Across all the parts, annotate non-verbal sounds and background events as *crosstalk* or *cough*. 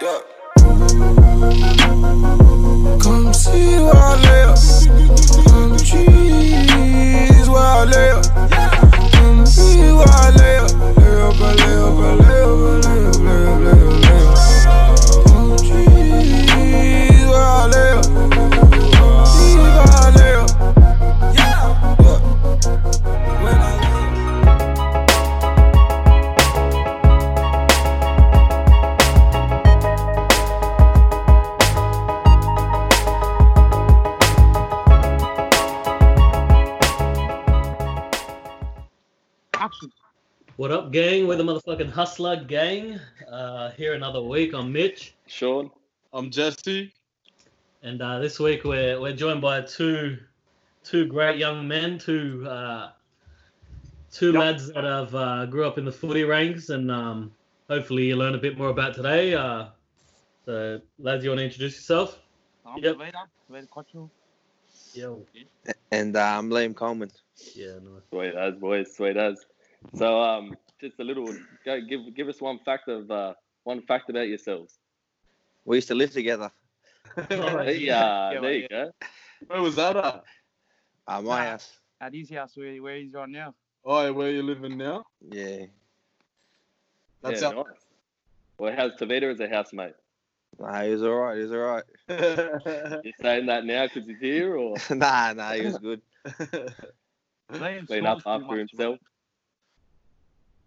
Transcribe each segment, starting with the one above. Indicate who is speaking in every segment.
Speaker 1: Yeah. Come see where I lay up. On the trees where I lay up. Come see where I lay up. Lay up, I lay up, I lay up, I lay up, lay up, lay up, lay up. On the trees where I lay up. See where I lay up. Yeah. When I lay up.
Speaker 2: What up, gang? We're the motherfucking Hustler Gang. Uh, here another week. I'm Mitch,
Speaker 3: Sean. I'm Jesse.
Speaker 2: and uh, this week we're we're joined by two two great young men, two uh, two lads that have uh, grew up in the footy ranks, and um, hopefully you learn a bit more about today. Uh, so, lads, you want to introduce yourself?
Speaker 4: I'm
Speaker 2: Yep.
Speaker 4: Vader, Vader Quattro.
Speaker 2: Yo.
Speaker 5: And uh, I'm Liam Coleman.
Speaker 2: Yeah. Nice.
Speaker 3: Sweet as boys, sweet as. So um, just a little. Go give give us one fact of uh, one fact about yourselves.
Speaker 5: We used to live together.
Speaker 2: Oh,
Speaker 3: Hey,
Speaker 2: yeah.
Speaker 3: uh,
Speaker 4: Yeah,
Speaker 3: there
Speaker 4: yeah.
Speaker 3: you go. Where was that at?
Speaker 5: Uh, my
Speaker 4: Ah.
Speaker 5: house.
Speaker 4: At his house where, where he's right now.
Speaker 6: Oh, where you living now?
Speaker 5: Yeah.
Speaker 6: That's
Speaker 3: yeah,
Speaker 6: up.
Speaker 3: nice. Well, how's Tavita as a housemate?
Speaker 5: Nah, he was all right. He was all right. *laughs*
Speaker 3: You saying that now because he's here, or
Speaker 5: nah, nah, he was good.
Speaker 4: Liam
Speaker 3: clean
Speaker 4: snores
Speaker 3: up
Speaker 4: too
Speaker 3: after
Speaker 4: much,
Speaker 3: himself?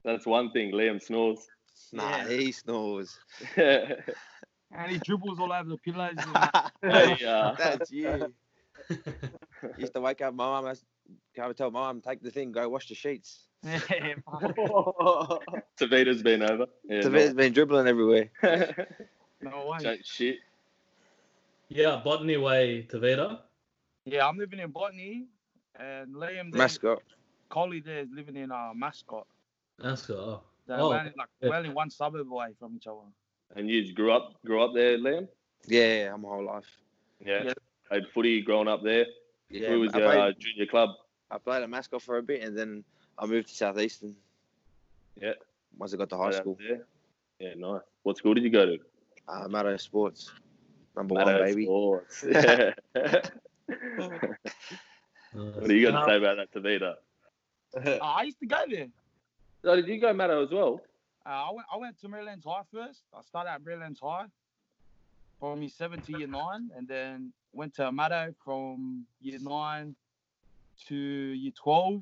Speaker 3: That's one thing. Liam snores. *laughs*
Speaker 5: Nah,
Speaker 4: Yeah.
Speaker 5: he snores.
Speaker 3: hey,
Speaker 4: man. And he dribbles all over the pillows. And that.
Speaker 3: uh,
Speaker 5: *laughs* That's you. used to wake up. My mum has come and tell my mum, take the thing, go wash the sheets.
Speaker 4: yeah, fuck.
Speaker 3: Tavita's been over. Yeah,
Speaker 5: So has been dribbling everywhere.
Speaker 3: nice. *laughs*
Speaker 4: no way.
Speaker 3: Chat shit.
Speaker 2: yeah. Botany Way, Tavita.
Speaker 4: Yeah, I'm living in Botany, and Liam there,
Speaker 5: Mascot.
Speaker 4: Coley there is living in uh, Mascot.
Speaker 2: That's good. Oh.
Speaker 4: They're
Speaker 2: Oh,
Speaker 4: only, like,
Speaker 2: yeah.
Speaker 4: we're only one suburb away from each other.
Speaker 3: And you grew up, grew up there, Liam.
Speaker 5: Yeah, I'm whole life.
Speaker 3: Yeah.
Speaker 4: Yeah.
Speaker 3: Played footy growing up there.
Speaker 5: Yeah,
Speaker 3: Who was
Speaker 5: I,
Speaker 3: your uh,
Speaker 5: played,
Speaker 3: junior club?
Speaker 5: I played at Mascot for a bit and then I moved to Southeastern.
Speaker 3: Yeah.
Speaker 5: Once I got to high
Speaker 3: Right up
Speaker 5: school.
Speaker 3: there? Yeah, nice. What school did you go to?
Speaker 5: Uh, Maddo Sports. Number
Speaker 3: Maddox
Speaker 5: one, baby. *laughs*
Speaker 3: Sports. Yeah. what
Speaker 2: nice.
Speaker 3: do you got to say about that, Tavita?
Speaker 4: Uh, I used to go there.
Speaker 3: So did you go Maddo as well?
Speaker 4: Uh, I, went, I went to Maryland's High first. I started at Maryland's High from year 7 to year 9, and then went to Amato from year 9 to year 12.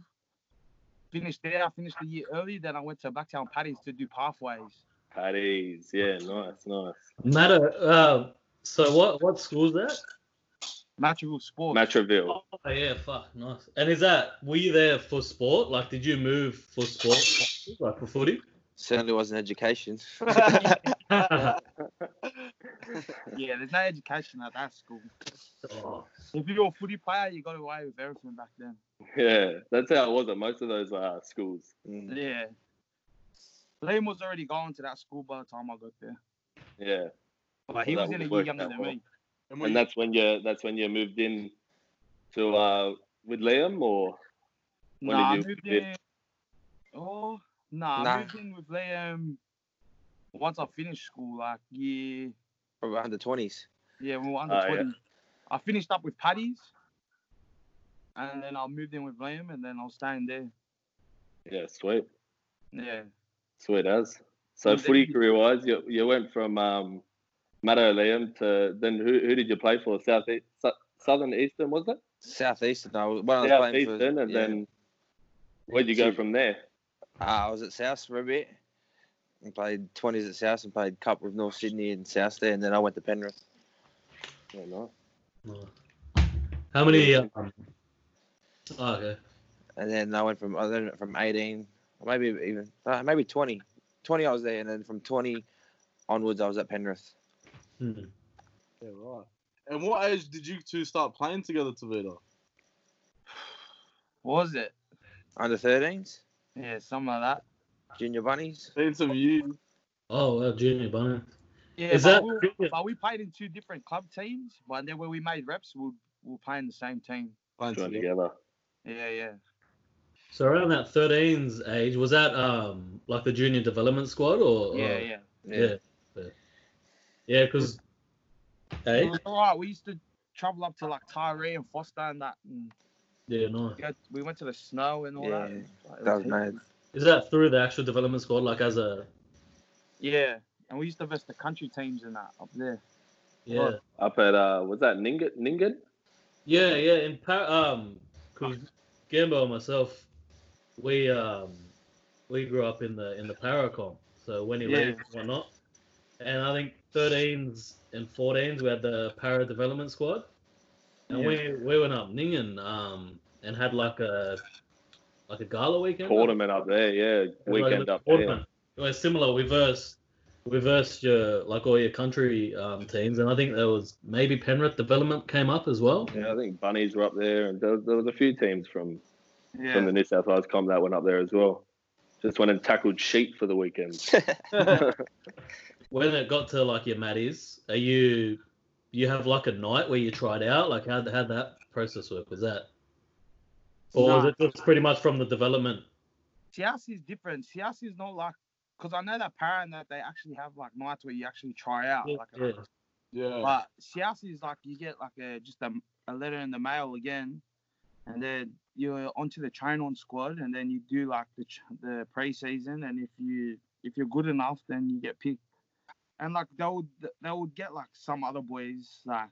Speaker 4: Finished there, I finished the year early. Then I went to Blacktown Paddy's to do pathways.
Speaker 3: Paddy's. Yeah, nice, nice.
Speaker 2: Matter. Uh, so what what school's that?
Speaker 4: Matchable Sports.
Speaker 3: Matraville.
Speaker 2: Oh yeah, fuck, nice. And is that were you there for sport? Like, did you move for sport, like for footy?
Speaker 5: Certainly
Speaker 3: *laughs*
Speaker 5: wasn't education.
Speaker 4: *laughs*
Speaker 2: oh,
Speaker 4: yeah, there's no education at that school. If you're a footy player, you got away with everything back then.
Speaker 3: *laughs* Yeah, that's how it was at most of those uh, schools.
Speaker 5: Mm.
Speaker 4: Yeah. Liam was already going to that school by the time I got there.
Speaker 3: Yeah,
Speaker 4: But he
Speaker 3: Well,
Speaker 4: was
Speaker 3: that
Speaker 4: in a year
Speaker 3: would work
Speaker 4: younger
Speaker 3: out
Speaker 4: than
Speaker 3: well.
Speaker 4: me.
Speaker 6: And
Speaker 3: and that's when you that's when you moved in to uh, with Liam, or When
Speaker 4: No, I
Speaker 3: did you
Speaker 4: moved
Speaker 3: move in?
Speaker 4: in. Oh, nah, I
Speaker 5: Nah.
Speaker 4: moved in with Liam um, once I finished school, like year,
Speaker 5: Probably under twenties.
Speaker 4: yeah, we were under
Speaker 3: Oh, yeah.
Speaker 4: 20. I finished up with Paddy's and then I moved in with Liam and then I was staying there.
Speaker 3: yeah, sweet.
Speaker 4: Yeah.
Speaker 3: Sweet as. So
Speaker 4: And then
Speaker 3: footy
Speaker 4: you-
Speaker 3: career wise, you, you went from um, Maddo Liam to then who, who did you play for? South East, Southern Eastern was it?
Speaker 5: Southeastern. I was, when I was
Speaker 3: South
Speaker 5: playing
Speaker 3: Eastern,
Speaker 5: for,
Speaker 3: and
Speaker 5: yeah.
Speaker 3: then where'd you go
Speaker 5: So-
Speaker 3: from there?
Speaker 5: uh, I was at South for a bit. And played twenties at South and played cup with North Sydney and South there, and then I went to Penrith.
Speaker 3: Oh, nice.
Speaker 2: How many? Um, oh, okay.
Speaker 5: And then I went from I then from eighteen, or maybe even uh, maybe twenty. Twenty I was there, and then from twenty onwards I was at Penrith.
Speaker 2: Hmm.
Speaker 6: yeah, right. And what age did you two start playing together, Tavita?
Speaker 4: What was it?
Speaker 5: Under thirteens,
Speaker 4: Yeah, something like that.
Speaker 5: junior bunnies.
Speaker 6: Seen some you.
Speaker 2: Oh, well, junior bunny.
Speaker 4: Yeah,
Speaker 2: Is
Speaker 4: but,
Speaker 2: that
Speaker 4: we,
Speaker 2: junior?
Speaker 4: but we played in two different club teams, but then when we made reps, we we were playing the same team.
Speaker 6: Playing
Speaker 3: Joined
Speaker 6: together.
Speaker 4: Yeah,
Speaker 3: together.
Speaker 4: yeah.
Speaker 2: So around that 13s age, was that um like the junior development squad or?
Speaker 4: Yeah,
Speaker 2: or-
Speaker 4: yeah.
Speaker 2: yeah. Yeah, because hey,
Speaker 4: All right, we used to travel up to like Tyree and Foster and that. And
Speaker 2: yeah, no.
Speaker 4: go, we went to the snow and all that.
Speaker 5: Yeah,
Speaker 4: Like, it
Speaker 5: that was
Speaker 4: heaps.
Speaker 5: nice.
Speaker 2: Is that through the actual development squad, like as a
Speaker 4: Yeah, and we used to vest the country teams and that up there.
Speaker 2: yeah,
Speaker 3: Up at uh, was that Ningat? Ningat?
Speaker 2: yeah, yeah? In Par- um, because Gambo and myself, we um, we grew up in the in the Paracom. So when he
Speaker 4: Yeah.
Speaker 2: left and whatnot, and I think 13s and 14s we had the Para Development Squad, and
Speaker 4: Yeah.
Speaker 2: we we went up Ningen um and had like a like a gala weekend. I
Speaker 3: Tournament up there, yeah. Weekend up there.
Speaker 2: It was similar. We versed, we versed your like all your country um, teams, and I think there was maybe Penrith Development came up as well.
Speaker 3: Yeah, I think Bunnies were up there, and there was, there was a few teams from
Speaker 4: Yeah,
Speaker 3: from the New South Wales Com that went up there as well. Just went and tackled sheep for the
Speaker 5: *laughs*
Speaker 3: weekend. *laughs*
Speaker 2: When it got to like your Maddies, are you you have like a night where you tried out? Like how how that process work? Was that or was
Speaker 4: Nah.
Speaker 2: it just pretty much from the development?
Speaker 4: Sias is different. Sias is not like because I know that para and that they actually have like nights where you actually try out. Like,
Speaker 2: Yeah.
Speaker 6: Yeah.
Speaker 4: but Sias is like you get like a just a, a letter in the mail again, and then you're onto the train on squad, and then you do like the tr- the pre-season, and if you if you're good enough, then you get picked. And like they would they would get like some other boys like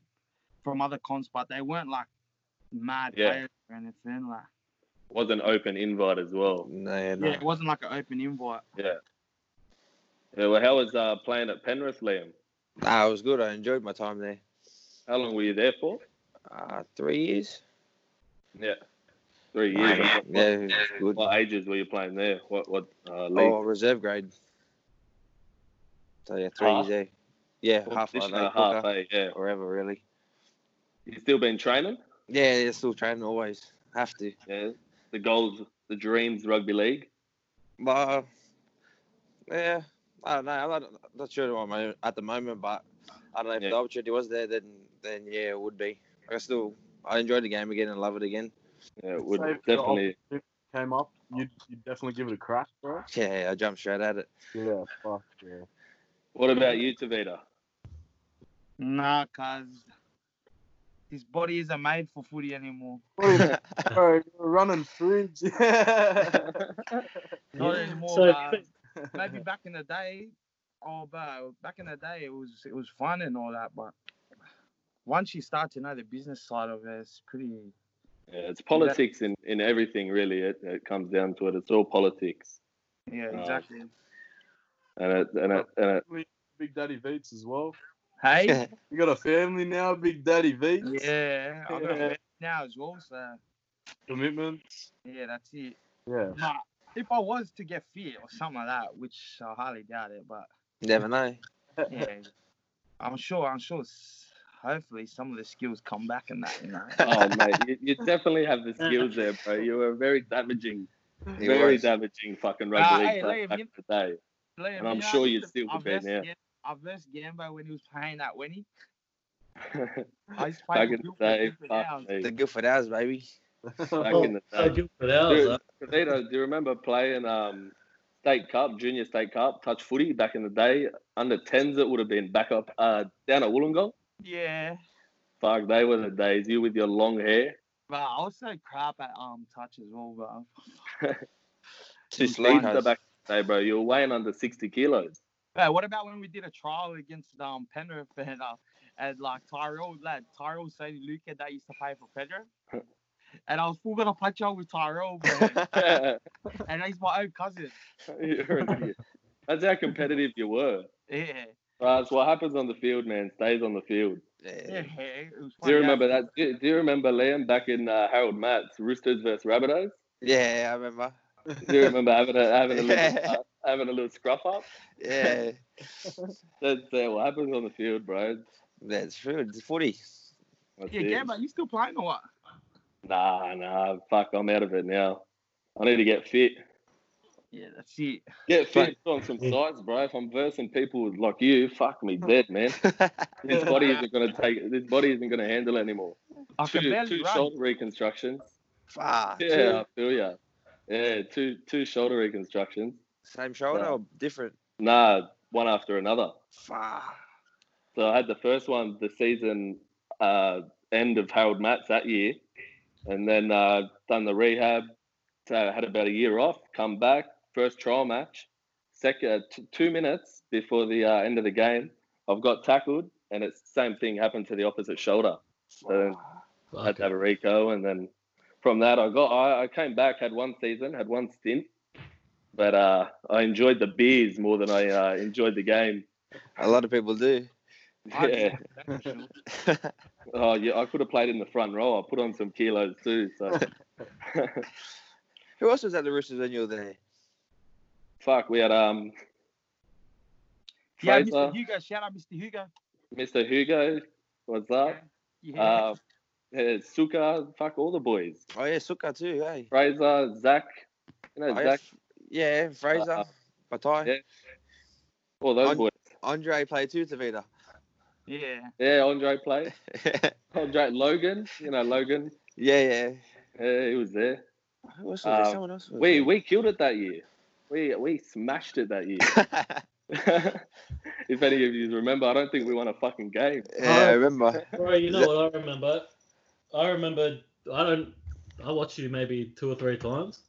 Speaker 4: from other cons, but they weren't like mad
Speaker 3: Yeah.
Speaker 4: players or anything like.
Speaker 3: was an open invite as well.
Speaker 5: No, yeah, no.
Speaker 4: Yeah, it wasn't like an open invite.
Speaker 3: Yeah, well, how was uh, playing at Penrith, Liam?
Speaker 5: Nah, it was good. I enjoyed my time there.
Speaker 3: How long were you there for?
Speaker 5: Uh, three years.
Speaker 3: Yeah, three years.
Speaker 5: Yeah,
Speaker 3: What-
Speaker 5: it was good.
Speaker 3: What ages were you playing there? What what uh, league?
Speaker 5: Oh, reserve grade. So yeah, three
Speaker 3: Half?
Speaker 5: years there. Yeah,
Speaker 3: What
Speaker 5: half like
Speaker 3: position
Speaker 5: that,
Speaker 3: or half,
Speaker 5: hooker,
Speaker 3: eh? Yeah.
Speaker 5: wherever really.
Speaker 3: You still been training?
Speaker 5: Yeah, yeah, still training always. Have to.
Speaker 3: Yeah. The goals, the dreams, rugby league.
Speaker 5: But uh, yeah, I don't know. I'm not, not sure what I'm at the moment, but I don't know if
Speaker 3: Yeah.
Speaker 5: the opportunity was there, then then yeah, it would be. I still I enjoyed the game again and love it again.
Speaker 3: Yeah, it would
Speaker 6: Save the
Speaker 3: definitely.
Speaker 6: Came up, you'd, you'd definitely give it a crack, bro.
Speaker 5: Yeah, I jumped straight at it.
Speaker 6: Yeah, fuck
Speaker 4: *laughs*
Speaker 6: yeah.
Speaker 3: What about you, Tavita?
Speaker 4: Nah, cause his body isn't made for footy anymore.
Speaker 6: bro, you're running fridge.
Speaker 4: Not anymore.
Speaker 2: So-
Speaker 4: but *laughs* maybe back in the day, oh, bro, back in the day it was it was fun and all that, but once you start to know the business side of it, it's pretty.
Speaker 3: Yeah, it's politics in, in everything, really. It, it comes down to it. It's all politics,
Speaker 4: Yeah,
Speaker 3: Nah.
Speaker 4: exactly.
Speaker 3: and it and it and
Speaker 4: *laughs*
Speaker 3: it.
Speaker 6: *laughs* Big Daddy Veets as well.
Speaker 3: *laughs*
Speaker 4: Hey.
Speaker 6: You got a family now, Big Daddy Veets.
Speaker 4: yeah, I got a
Speaker 6: Yeah.
Speaker 4: family now as well, so
Speaker 6: Commitment.
Speaker 4: yeah, that's it.
Speaker 6: Yeah.
Speaker 4: *laughs*
Speaker 6: *laughs*
Speaker 4: But if I was to get fit or something like that, which I highly doubt it,
Speaker 3: *laughs*
Speaker 4: but
Speaker 5: *laughs* Never know.
Speaker 4: yeah, I'm sure. I'm sure. s- Hopefully, some of the skills come back in that. You
Speaker 3: *laughs*
Speaker 4: know.
Speaker 3: Oh mate, you, you definitely have the skills there, bro. You were very
Speaker 4: *laughs*
Speaker 3: damaging,
Speaker 5: It
Speaker 3: very
Speaker 5: was.
Speaker 3: damaging fucking
Speaker 4: Ah,
Speaker 3: rugby
Speaker 4: hey,
Speaker 3: league player
Speaker 4: Liam,
Speaker 3: back in
Speaker 4: you-
Speaker 3: the day.
Speaker 4: Liam,
Speaker 3: And I'm
Speaker 4: know, I
Speaker 3: sure you'd
Speaker 4: used to-
Speaker 3: still be
Speaker 4: I
Speaker 3: better
Speaker 4: versed
Speaker 3: now.
Speaker 4: Gam- I versed Gambo when he was playing that when he.
Speaker 3: *laughs*
Speaker 4: I used to play
Speaker 3: back
Speaker 4: with
Speaker 3: in the
Speaker 4: Guildford
Speaker 3: day,
Speaker 4: Guildford now.
Speaker 3: fuck me.
Speaker 5: The Guildford hours, baby.
Speaker 3: Back
Speaker 2: Oh,
Speaker 3: in the
Speaker 2: so
Speaker 3: day.
Speaker 2: good for that,
Speaker 3: Dude,
Speaker 2: though.
Speaker 3: Tavita, do you remember playing um, state cup, junior state cup, touch footy back in the day? Under tens, it would have been back up uh, down at Wollongong.
Speaker 4: Yeah,
Speaker 3: Fuck, they were the days. You with your long hair,
Speaker 4: but I was so crap at um touch as well, bro.
Speaker 5: Too slow.
Speaker 3: Pizza back in the day, bro. You were weighing under sixty kilos. *laughs*
Speaker 4: Hey, what about when we did a trial against um Penrith *laughs* and uh, and like Tyrell, lad, Tyrell said Luca that used to play for Penrith. And I was full gonna punch out with
Speaker 3: *laughs*
Speaker 4: Tyrell, bro. and he's my own cousin.
Speaker 3: You're an idiot. That's how competitive you were.
Speaker 4: Yeah,
Speaker 3: That's what happens on the field, man. Stays on the field.
Speaker 4: yeah.
Speaker 5: Yeah.
Speaker 4: It was
Speaker 3: Do you
Speaker 4: funny,
Speaker 3: remember
Speaker 4: actually.
Speaker 3: that? Do do you remember Liam back in uh, Harold Matt's Roosters versus Rabbitohs?
Speaker 5: yeah, I remember.
Speaker 3: Do you remember having a having a little *laughs*
Speaker 5: Yeah.
Speaker 3: having a little scruff up?
Speaker 5: Yeah,
Speaker 3: That's uh, what happens on the field, bro.
Speaker 5: that's true. It's footy.
Speaker 3: That's
Speaker 4: Yeah,
Speaker 3: it.
Speaker 4: Gambo, you still playing or what?
Speaker 3: Nah, nah, fuck, I'm out of it now. I need to get fit.
Speaker 4: Yeah, that's it.
Speaker 3: Get fit put on some size, bro. If I'm versing people like you, fuck
Speaker 4: *laughs*
Speaker 3: me dead, man. This body isn't gonna take. This body isn't gonna handle it anymore.
Speaker 4: I can
Speaker 3: Two,
Speaker 4: barely
Speaker 3: two
Speaker 4: run.
Speaker 3: shoulder reconstructions.
Speaker 5: Fuck.
Speaker 3: Yeah, I feel ya. Yeah, two two shoulder reconstructions.
Speaker 5: Same shoulder
Speaker 3: Yeah.
Speaker 5: or different?
Speaker 3: Nah, one after another.
Speaker 5: Fuck.
Speaker 3: So I had the first one the season uh, end of Harold Matts that year, and then uh, done the rehab. So I had about a year off. Come back first trial match. Second, t- two minutes before the uh, end of the game, I've got tackled, and it's same thing happened to the opposite shoulder. So then I had to have a Rico, and then from that I got I, I came back, had one season, had one stint, but uh, I enjoyed the beers more than I uh, enjoyed the
Speaker 4: *laughs*
Speaker 3: game.
Speaker 5: A lot of people do.
Speaker 3: Yeah.
Speaker 4: That's for sure. *laughs*
Speaker 3: Oh yeah, I could have played in the front row. I put on some kilos too.
Speaker 4: *laughs*
Speaker 3: So *laughs*
Speaker 5: Who else was at the Roosters when you were there?
Speaker 3: fuck, we had um
Speaker 4: Yeah,
Speaker 3: Fraser,
Speaker 4: Mr. Hugo. Shout out, Mr. Hugo.
Speaker 3: Mr. Hugo, what's up?
Speaker 4: Yeah.
Speaker 3: Uh, yeah, Suka, fuck all the boys.
Speaker 5: Oh yeah, Suka too. Hey.
Speaker 3: Fraser, Zach, you know
Speaker 5: Oh, yeah,
Speaker 3: Zach,
Speaker 5: F- yeah, Fraser,
Speaker 3: Uh,
Speaker 5: Bataille,
Speaker 3: yeah. all those
Speaker 5: Andre-
Speaker 3: boys.
Speaker 5: Andre played too, Tavita.
Speaker 4: yeah.
Speaker 3: Yeah, Andre
Speaker 5: *laughs*
Speaker 3: played.
Speaker 5: yeah,
Speaker 3: Andre Logan, you know Logan,
Speaker 5: yeah.
Speaker 3: yeah, he was there.
Speaker 5: Who else was
Speaker 3: Uh,
Speaker 5: there? Someone else was
Speaker 3: We we killed it that year. We we smashed it
Speaker 5: *laughs*
Speaker 3: that year. *laughs*
Speaker 5: there.
Speaker 3: if any of you remember, I don't think we won a
Speaker 2: *laughs*
Speaker 3: fucking game.
Speaker 5: yeah, I remember.
Speaker 2: Bro, you know what I remember? I remember. I don't. I watched you maybe two or three times,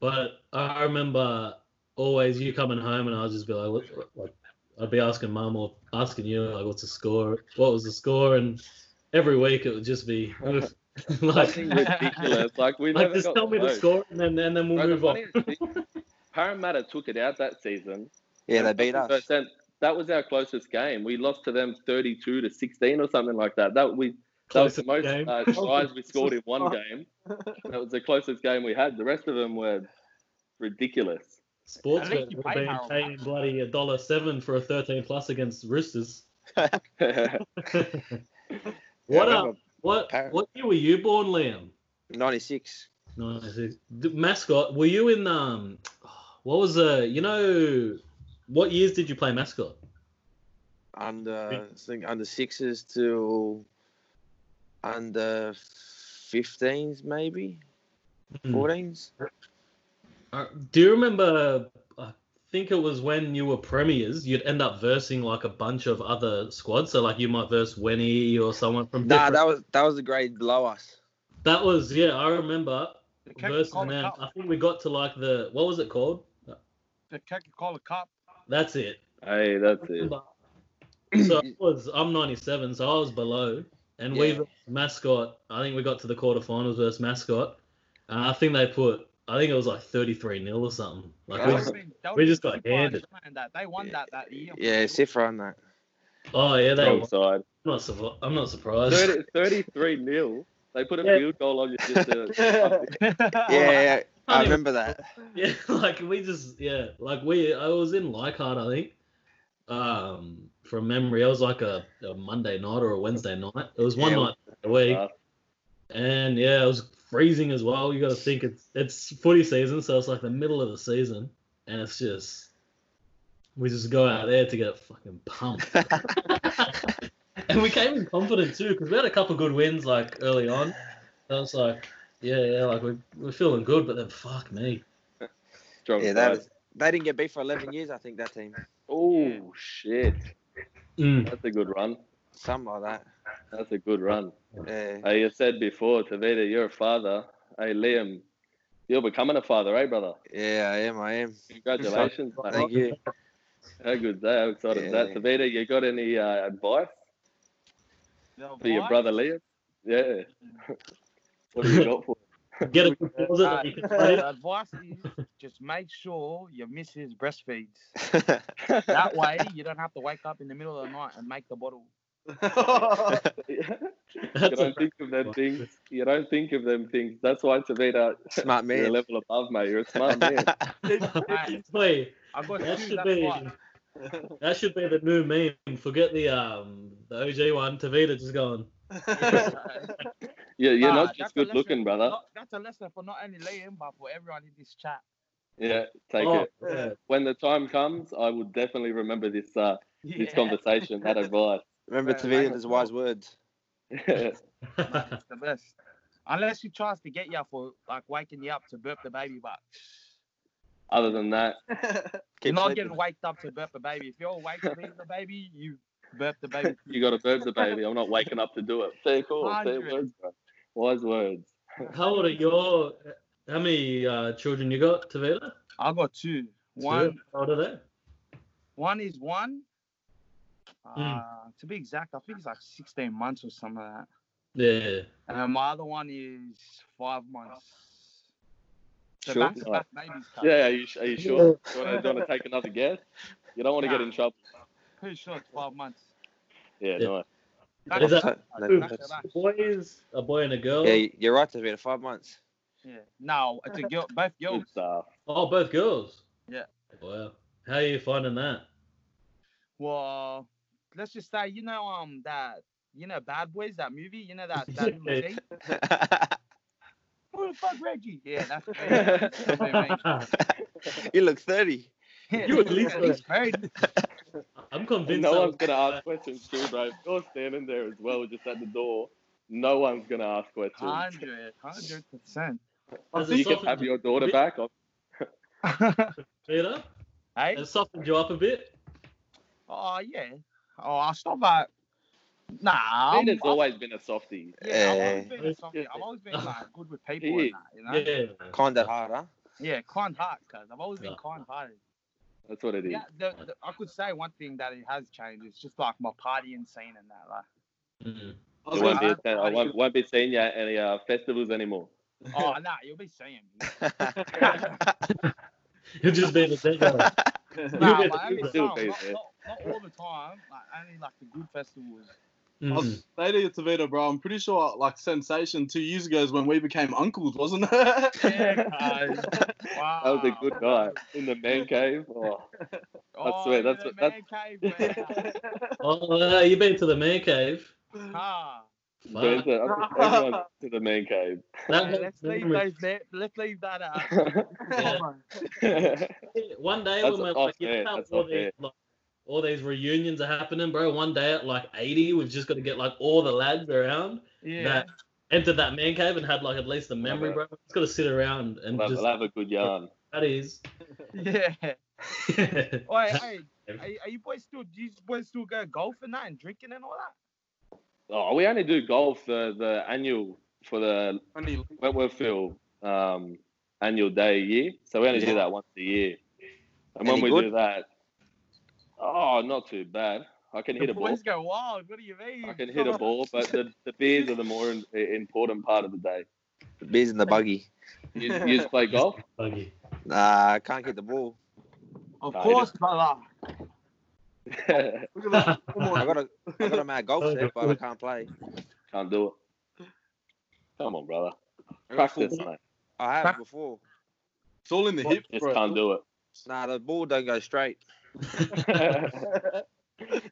Speaker 2: but I remember always you coming home and I'd just be like, what, what- like I'd be asking mum or asking you like, what's the score? What was the score? And every week it would just be *laughs*
Speaker 3: *laughs*
Speaker 2: like,
Speaker 3: Fucking ridiculous. Like we
Speaker 2: like
Speaker 3: never
Speaker 2: just
Speaker 3: got
Speaker 2: tell me the
Speaker 3: close.
Speaker 2: score and then and then we'll
Speaker 3: Bro, the
Speaker 2: move on.
Speaker 3: funniest thing, Parramatta took it out that season.
Speaker 5: Yeah, they
Speaker 3: And
Speaker 5: beat us. *laughs*
Speaker 3: 50%, That was our closest game. We lost to them 32 to 16 or something like that. That we that was the
Speaker 2: Closest
Speaker 3: most
Speaker 2: game.
Speaker 3: uh, tries we scored in one game. That was the closest game we had. The rest of them were ridiculous.
Speaker 2: Sports
Speaker 4: At least
Speaker 2: bet
Speaker 4: you
Speaker 2: would
Speaker 4: played
Speaker 2: have been
Speaker 4: Harold.
Speaker 2: paying bloody a dollar seven for a thirteen plus against
Speaker 3: *laughs*
Speaker 2: Roosters. *laughs* what
Speaker 5: Yeah, I
Speaker 2: up?
Speaker 5: remember
Speaker 2: What
Speaker 5: Par-
Speaker 2: what year were you born, Liam?
Speaker 5: 96.
Speaker 2: No, the mascot. Were you in um? What was the? You know, what years did you play mascot?
Speaker 5: Under, I think under sixes to under 15s, maybe
Speaker 2: Hmm.
Speaker 5: 14s.
Speaker 2: Uh, Do you remember? I think it was when you were premiers. You'd end up versing like a bunch of other squads. So like you might verse Wenny or someone from.
Speaker 5: Nah,
Speaker 2: different-
Speaker 5: that was that was the grade below us.
Speaker 2: *laughs* that was yeah. I remember
Speaker 4: The
Speaker 2: versing
Speaker 4: Coca-Cola
Speaker 2: them. I
Speaker 4: Cup.
Speaker 2: think we got to like the what was it called?
Speaker 4: The Coca-Cola Cup.
Speaker 2: That's it.
Speaker 3: Hey, that's it.
Speaker 5: *clears throat*
Speaker 2: so it was I'm 97, so I was below, and we
Speaker 5: Yeah.
Speaker 2: versus mascot. I think we got to the quarterfinals versus mascot. and I think they put. I think it was like 33 nil or something. Like
Speaker 5: Yeah,
Speaker 2: we
Speaker 5: I
Speaker 2: just,
Speaker 5: remember.
Speaker 2: we just got handed.
Speaker 4: That. They won that that year. *laughs*
Speaker 5: Yeah, Sifra on that.
Speaker 2: oh yeah, they.
Speaker 3: Wrong
Speaker 2: I'm *laughs*
Speaker 3: side.
Speaker 2: not, survi- I'm not surprised.
Speaker 3: 30, 33 nil. They put a
Speaker 2: Yeah.
Speaker 3: field goal on you
Speaker 2: *laughs*
Speaker 3: just to
Speaker 4: Oh,
Speaker 5: Yeah, yeah, I
Speaker 2: Funny.
Speaker 5: remember that.
Speaker 2: yeah, *laughs* like we just yeah, like we. I was in Leichhardt, I think. Um, from memory, it was like a, a Monday night or a Wednesday night. It was one
Speaker 5: Yeah.
Speaker 2: night a week.
Speaker 3: Uh,
Speaker 2: And yeah, it was freezing as well. You got to think it's it's footy season, so it's like the middle of the season, and it's just we just go out there to get fucking pumped. *laughs* and we came in confident too because we had a couple good wins like early on. So it's like yeah, yeah, like we we're feeling good, but then fuck me.
Speaker 3: strong
Speaker 5: Yeah,
Speaker 3: side.
Speaker 5: that is, they didn't get beat for 11 years, I think, that team.
Speaker 3: Oh shit.
Speaker 2: Mm.
Speaker 3: That's a good run.
Speaker 5: Something like that.
Speaker 3: That's a good run.
Speaker 5: Yeah.
Speaker 3: Hey, you said before, Tavita, you're a father. Hey, Liam, you're becoming a father, eh, brother?
Speaker 5: Yeah, I am. I am.
Speaker 3: Congratulations, mate.
Speaker 5: Thank you.
Speaker 3: How good is that? How excited is that?
Speaker 5: Yeah.
Speaker 3: Tavita, you got any uh, advice
Speaker 4: The
Speaker 3: for your
Speaker 4: Lions-
Speaker 3: brother, Liam? Yeah. *laughs* what have you got for
Speaker 2: Get a
Speaker 3: *laughs*
Speaker 2: good deposit that you can play.
Speaker 4: The advice is just make sure your missus breastfeeds. That way, you don't have to wake up in the middle of the night and make the bottle.
Speaker 3: you
Speaker 2: That's a
Speaker 3: don't think of them
Speaker 2: *laughs*
Speaker 3: things. You don't think of them things. That's why Tavita, *laughs*
Speaker 5: Smart
Speaker 3: you're a
Speaker 5: man.
Speaker 3: level above, mate. You're a smart man.
Speaker 4: Hey,
Speaker 2: Wait,
Speaker 4: I got
Speaker 2: that
Speaker 4: two.
Speaker 2: should
Speaker 4: That's
Speaker 2: be
Speaker 5: *laughs*
Speaker 4: why.
Speaker 3: *laughs*
Speaker 2: that should be the new meme. Forget the um the OG one. Tavita just going.
Speaker 3: You're, you're
Speaker 4: Nah,
Speaker 3: not
Speaker 4: that's
Speaker 3: just
Speaker 4: a
Speaker 3: good
Speaker 4: lesson-
Speaker 3: looking, brother.
Speaker 4: uh, not- That's a lesson for not only Liam, but for everyone in this chat.
Speaker 3: Yeah, take
Speaker 2: oh,
Speaker 3: it.
Speaker 2: yeah.
Speaker 3: When the time comes, I will definitely remember this uh, this
Speaker 4: Yeah.
Speaker 3: conversation, that advice. *laughs*
Speaker 5: Remember
Speaker 4: Yeah,
Speaker 5: Tavita,
Speaker 4: like-
Speaker 5: there's wise words.
Speaker 4: It's the best. Unless she tries to get you for like waking you up to burp the baby, but
Speaker 3: Other than that,
Speaker 5: Keep
Speaker 4: you're not
Speaker 5: sleeping.
Speaker 4: getting waked up to burp a baby. If you're awake to burp the baby, you burp the baby.
Speaker 3: You got to burp the baby. I'm not waking up to do it. Fair call. Fair
Speaker 4: Hundred.
Speaker 3: words, bro. Wise words.
Speaker 2: *laughs* How old are your? How many uh, children you got, Tavita?
Speaker 4: I got two. One
Speaker 2: Two? How old are they?
Speaker 4: One is one. Uh,
Speaker 2: Mm.
Speaker 4: To be exact, I think it's like 16 months or something like that.
Speaker 2: Yeah.
Speaker 4: And my other one is five months. So
Speaker 3: Sure.
Speaker 4: back to back babies. cut.
Speaker 3: Yeah, are you, are you sure? Do you want to take another guess? You don't want to get in trouble.
Speaker 4: Pretty sure it's five months.
Speaker 3: Yeah,
Speaker 2: Yeah.
Speaker 3: no.
Speaker 4: Back
Speaker 2: Is
Speaker 4: to
Speaker 2: that-
Speaker 5: That,
Speaker 2: Two
Speaker 4: back to back.
Speaker 2: boys, a boy and a girl.
Speaker 5: yeah, you're right, Tavita. Five months. *laughs*
Speaker 4: Yeah. No, it's a girl. Both girls.
Speaker 3: Good stuff.
Speaker 2: Oh, both girls.
Speaker 4: Yeah.
Speaker 2: Wow. How are you finding that?
Speaker 4: Well, let's just say, you know, um, that, you know, Bad Boys, that movie, you know,
Speaker 2: *laughs*
Speaker 4: that, that little
Speaker 2: Yeah.
Speaker 4: G?
Speaker 5: you
Speaker 4: Who the fuck, Reggie? Yeah,
Speaker 2: *laughs*
Speaker 4: that's me. That's me, mate.
Speaker 5: look 30.
Speaker 2: You
Speaker 4: *laughs*
Speaker 2: at least-
Speaker 4: At least married.
Speaker 2: *laughs* I'm convinced.
Speaker 3: No
Speaker 2: I
Speaker 3: one's
Speaker 2: was-
Speaker 3: going to ask questions, too, bro. If you're standing there as well, just at the door, no one's going to ask questions.
Speaker 4: 100, 100%.
Speaker 2: Has it
Speaker 3: You can
Speaker 2: softened
Speaker 3: have
Speaker 2: you,
Speaker 3: your daughter back. I'll
Speaker 2: Peter?
Speaker 4: hey?
Speaker 2: Has it softened you up a bit?
Speaker 4: Oh yeah. Oh, I stop at. Nah, I'm,
Speaker 3: Peter's
Speaker 4: I'm-
Speaker 3: always been a softie.
Speaker 4: yeah, I've always been
Speaker 3: Eh.
Speaker 4: something. I've always been like good
Speaker 3: *laughs*
Speaker 4: with people
Speaker 3: He
Speaker 4: and
Speaker 3: is.
Speaker 4: that, you know. Yeah,
Speaker 2: Yeah.
Speaker 5: Kind of hard, huh?
Speaker 4: kind heart, cause I've always been
Speaker 2: Yeah.
Speaker 4: kind hearted.
Speaker 3: That's what it is.
Speaker 4: Yeah, the, the, I could say one thing that it has changed. It's just like my partying scene and that. Like,
Speaker 2: Mm.
Speaker 3: *laughs*
Speaker 6: I
Speaker 3: I
Speaker 6: was
Speaker 3: won't
Speaker 6: gonna
Speaker 3: be,
Speaker 4: ask-
Speaker 3: I won't, won't be seeing you at any uh, festivals anymore.
Speaker 4: oh nah, you'll be seeing me.
Speaker 3: *laughs*
Speaker 2: You've just been a dead guy.
Speaker 6: ask-
Speaker 4: *laughs* Nah,
Speaker 2: You'll be-
Speaker 4: like, only
Speaker 3: you'll
Speaker 4: some,
Speaker 3: be
Speaker 4: not,
Speaker 3: there.
Speaker 4: not, not all the time. Like only like the good
Speaker 3: *laughs*
Speaker 4: festivals.
Speaker 6: I
Speaker 2: Mm.
Speaker 6: was saying to you, Tavita, bro, I'm pretty sure like sensation two years ago is when we became uncles, wasn't it? *laughs*
Speaker 4: Yeah, cuz, wow.
Speaker 3: That was a
Speaker 4: Ah.
Speaker 3: good night in the man cave. Oh,
Speaker 4: Oh,
Speaker 3: swear,
Speaker 4: you
Speaker 3: that's-
Speaker 4: know,
Speaker 3: that's-
Speaker 4: man cave,
Speaker 2: Oh, uh, you've been to the man cave.
Speaker 3: *laughs*
Speaker 4: man. Ah.
Speaker 2: Fuck.
Speaker 3: there's a-
Speaker 6: *laughs*
Speaker 3: everyone to the man cave.
Speaker 2: That
Speaker 4: Hey,
Speaker 2: was
Speaker 4: let's leave
Speaker 2: memories.
Speaker 4: those there. Let's leave that out.
Speaker 2: Yeah. One day when
Speaker 3: That's
Speaker 2: we're
Speaker 3: not
Speaker 2: like, you
Speaker 3: fair,
Speaker 2: know, how
Speaker 3: that's
Speaker 2: all
Speaker 3: not fair.
Speaker 2: these, like, all these reunions are happening, bro. One day at like 80, we've just got to get like all the lads around
Speaker 4: Yeah.
Speaker 2: that entered that man cave and had like at least a memory,
Speaker 3: it.
Speaker 2: bro. It's got to sit around and
Speaker 3: *laughs* We'll have,
Speaker 2: just
Speaker 3: we'll have a good yarn.
Speaker 2: that is. *laughs*
Speaker 4: Yeah.
Speaker 2: yeah,
Speaker 4: Oi, hey, are, are you boys still? Do you boys still go golf and that and drinking and all that?
Speaker 3: Oh, we only do golf the, the annual for the
Speaker 6: Only
Speaker 3: Wentworth Field um, annual day a year. So we only do
Speaker 5: Yeah.
Speaker 3: that once a year. And when
Speaker 5: Any
Speaker 3: we
Speaker 5: good?
Speaker 3: do that, oh, not too bad. I can hit
Speaker 4: The
Speaker 3: a ball.
Speaker 4: boys go wild. What do you mean?
Speaker 3: I can hit a ball, but the, the beers are the more in, important part of the day.
Speaker 5: The beer's in the buggy.
Speaker 3: You, you just play golf? *laughs*
Speaker 2: buggy.
Speaker 5: Nah, I can't get the ball.
Speaker 4: Of
Speaker 3: No,
Speaker 4: course, brother.
Speaker 3: Can't
Speaker 6: Look at that. Come
Speaker 2: *laughs*
Speaker 5: I
Speaker 6: on.
Speaker 5: got a, I got a mad golf set, but I can't play.
Speaker 3: do it. Come on, brother.
Speaker 5: I got full-
Speaker 3: Practice, mate.
Speaker 5: I have before.
Speaker 6: It's all in the hip,
Speaker 3: Just
Speaker 6: bro.
Speaker 3: can't do
Speaker 5: *laughs*
Speaker 3: it. *laughs*
Speaker 5: Nah, the ball don't go straight.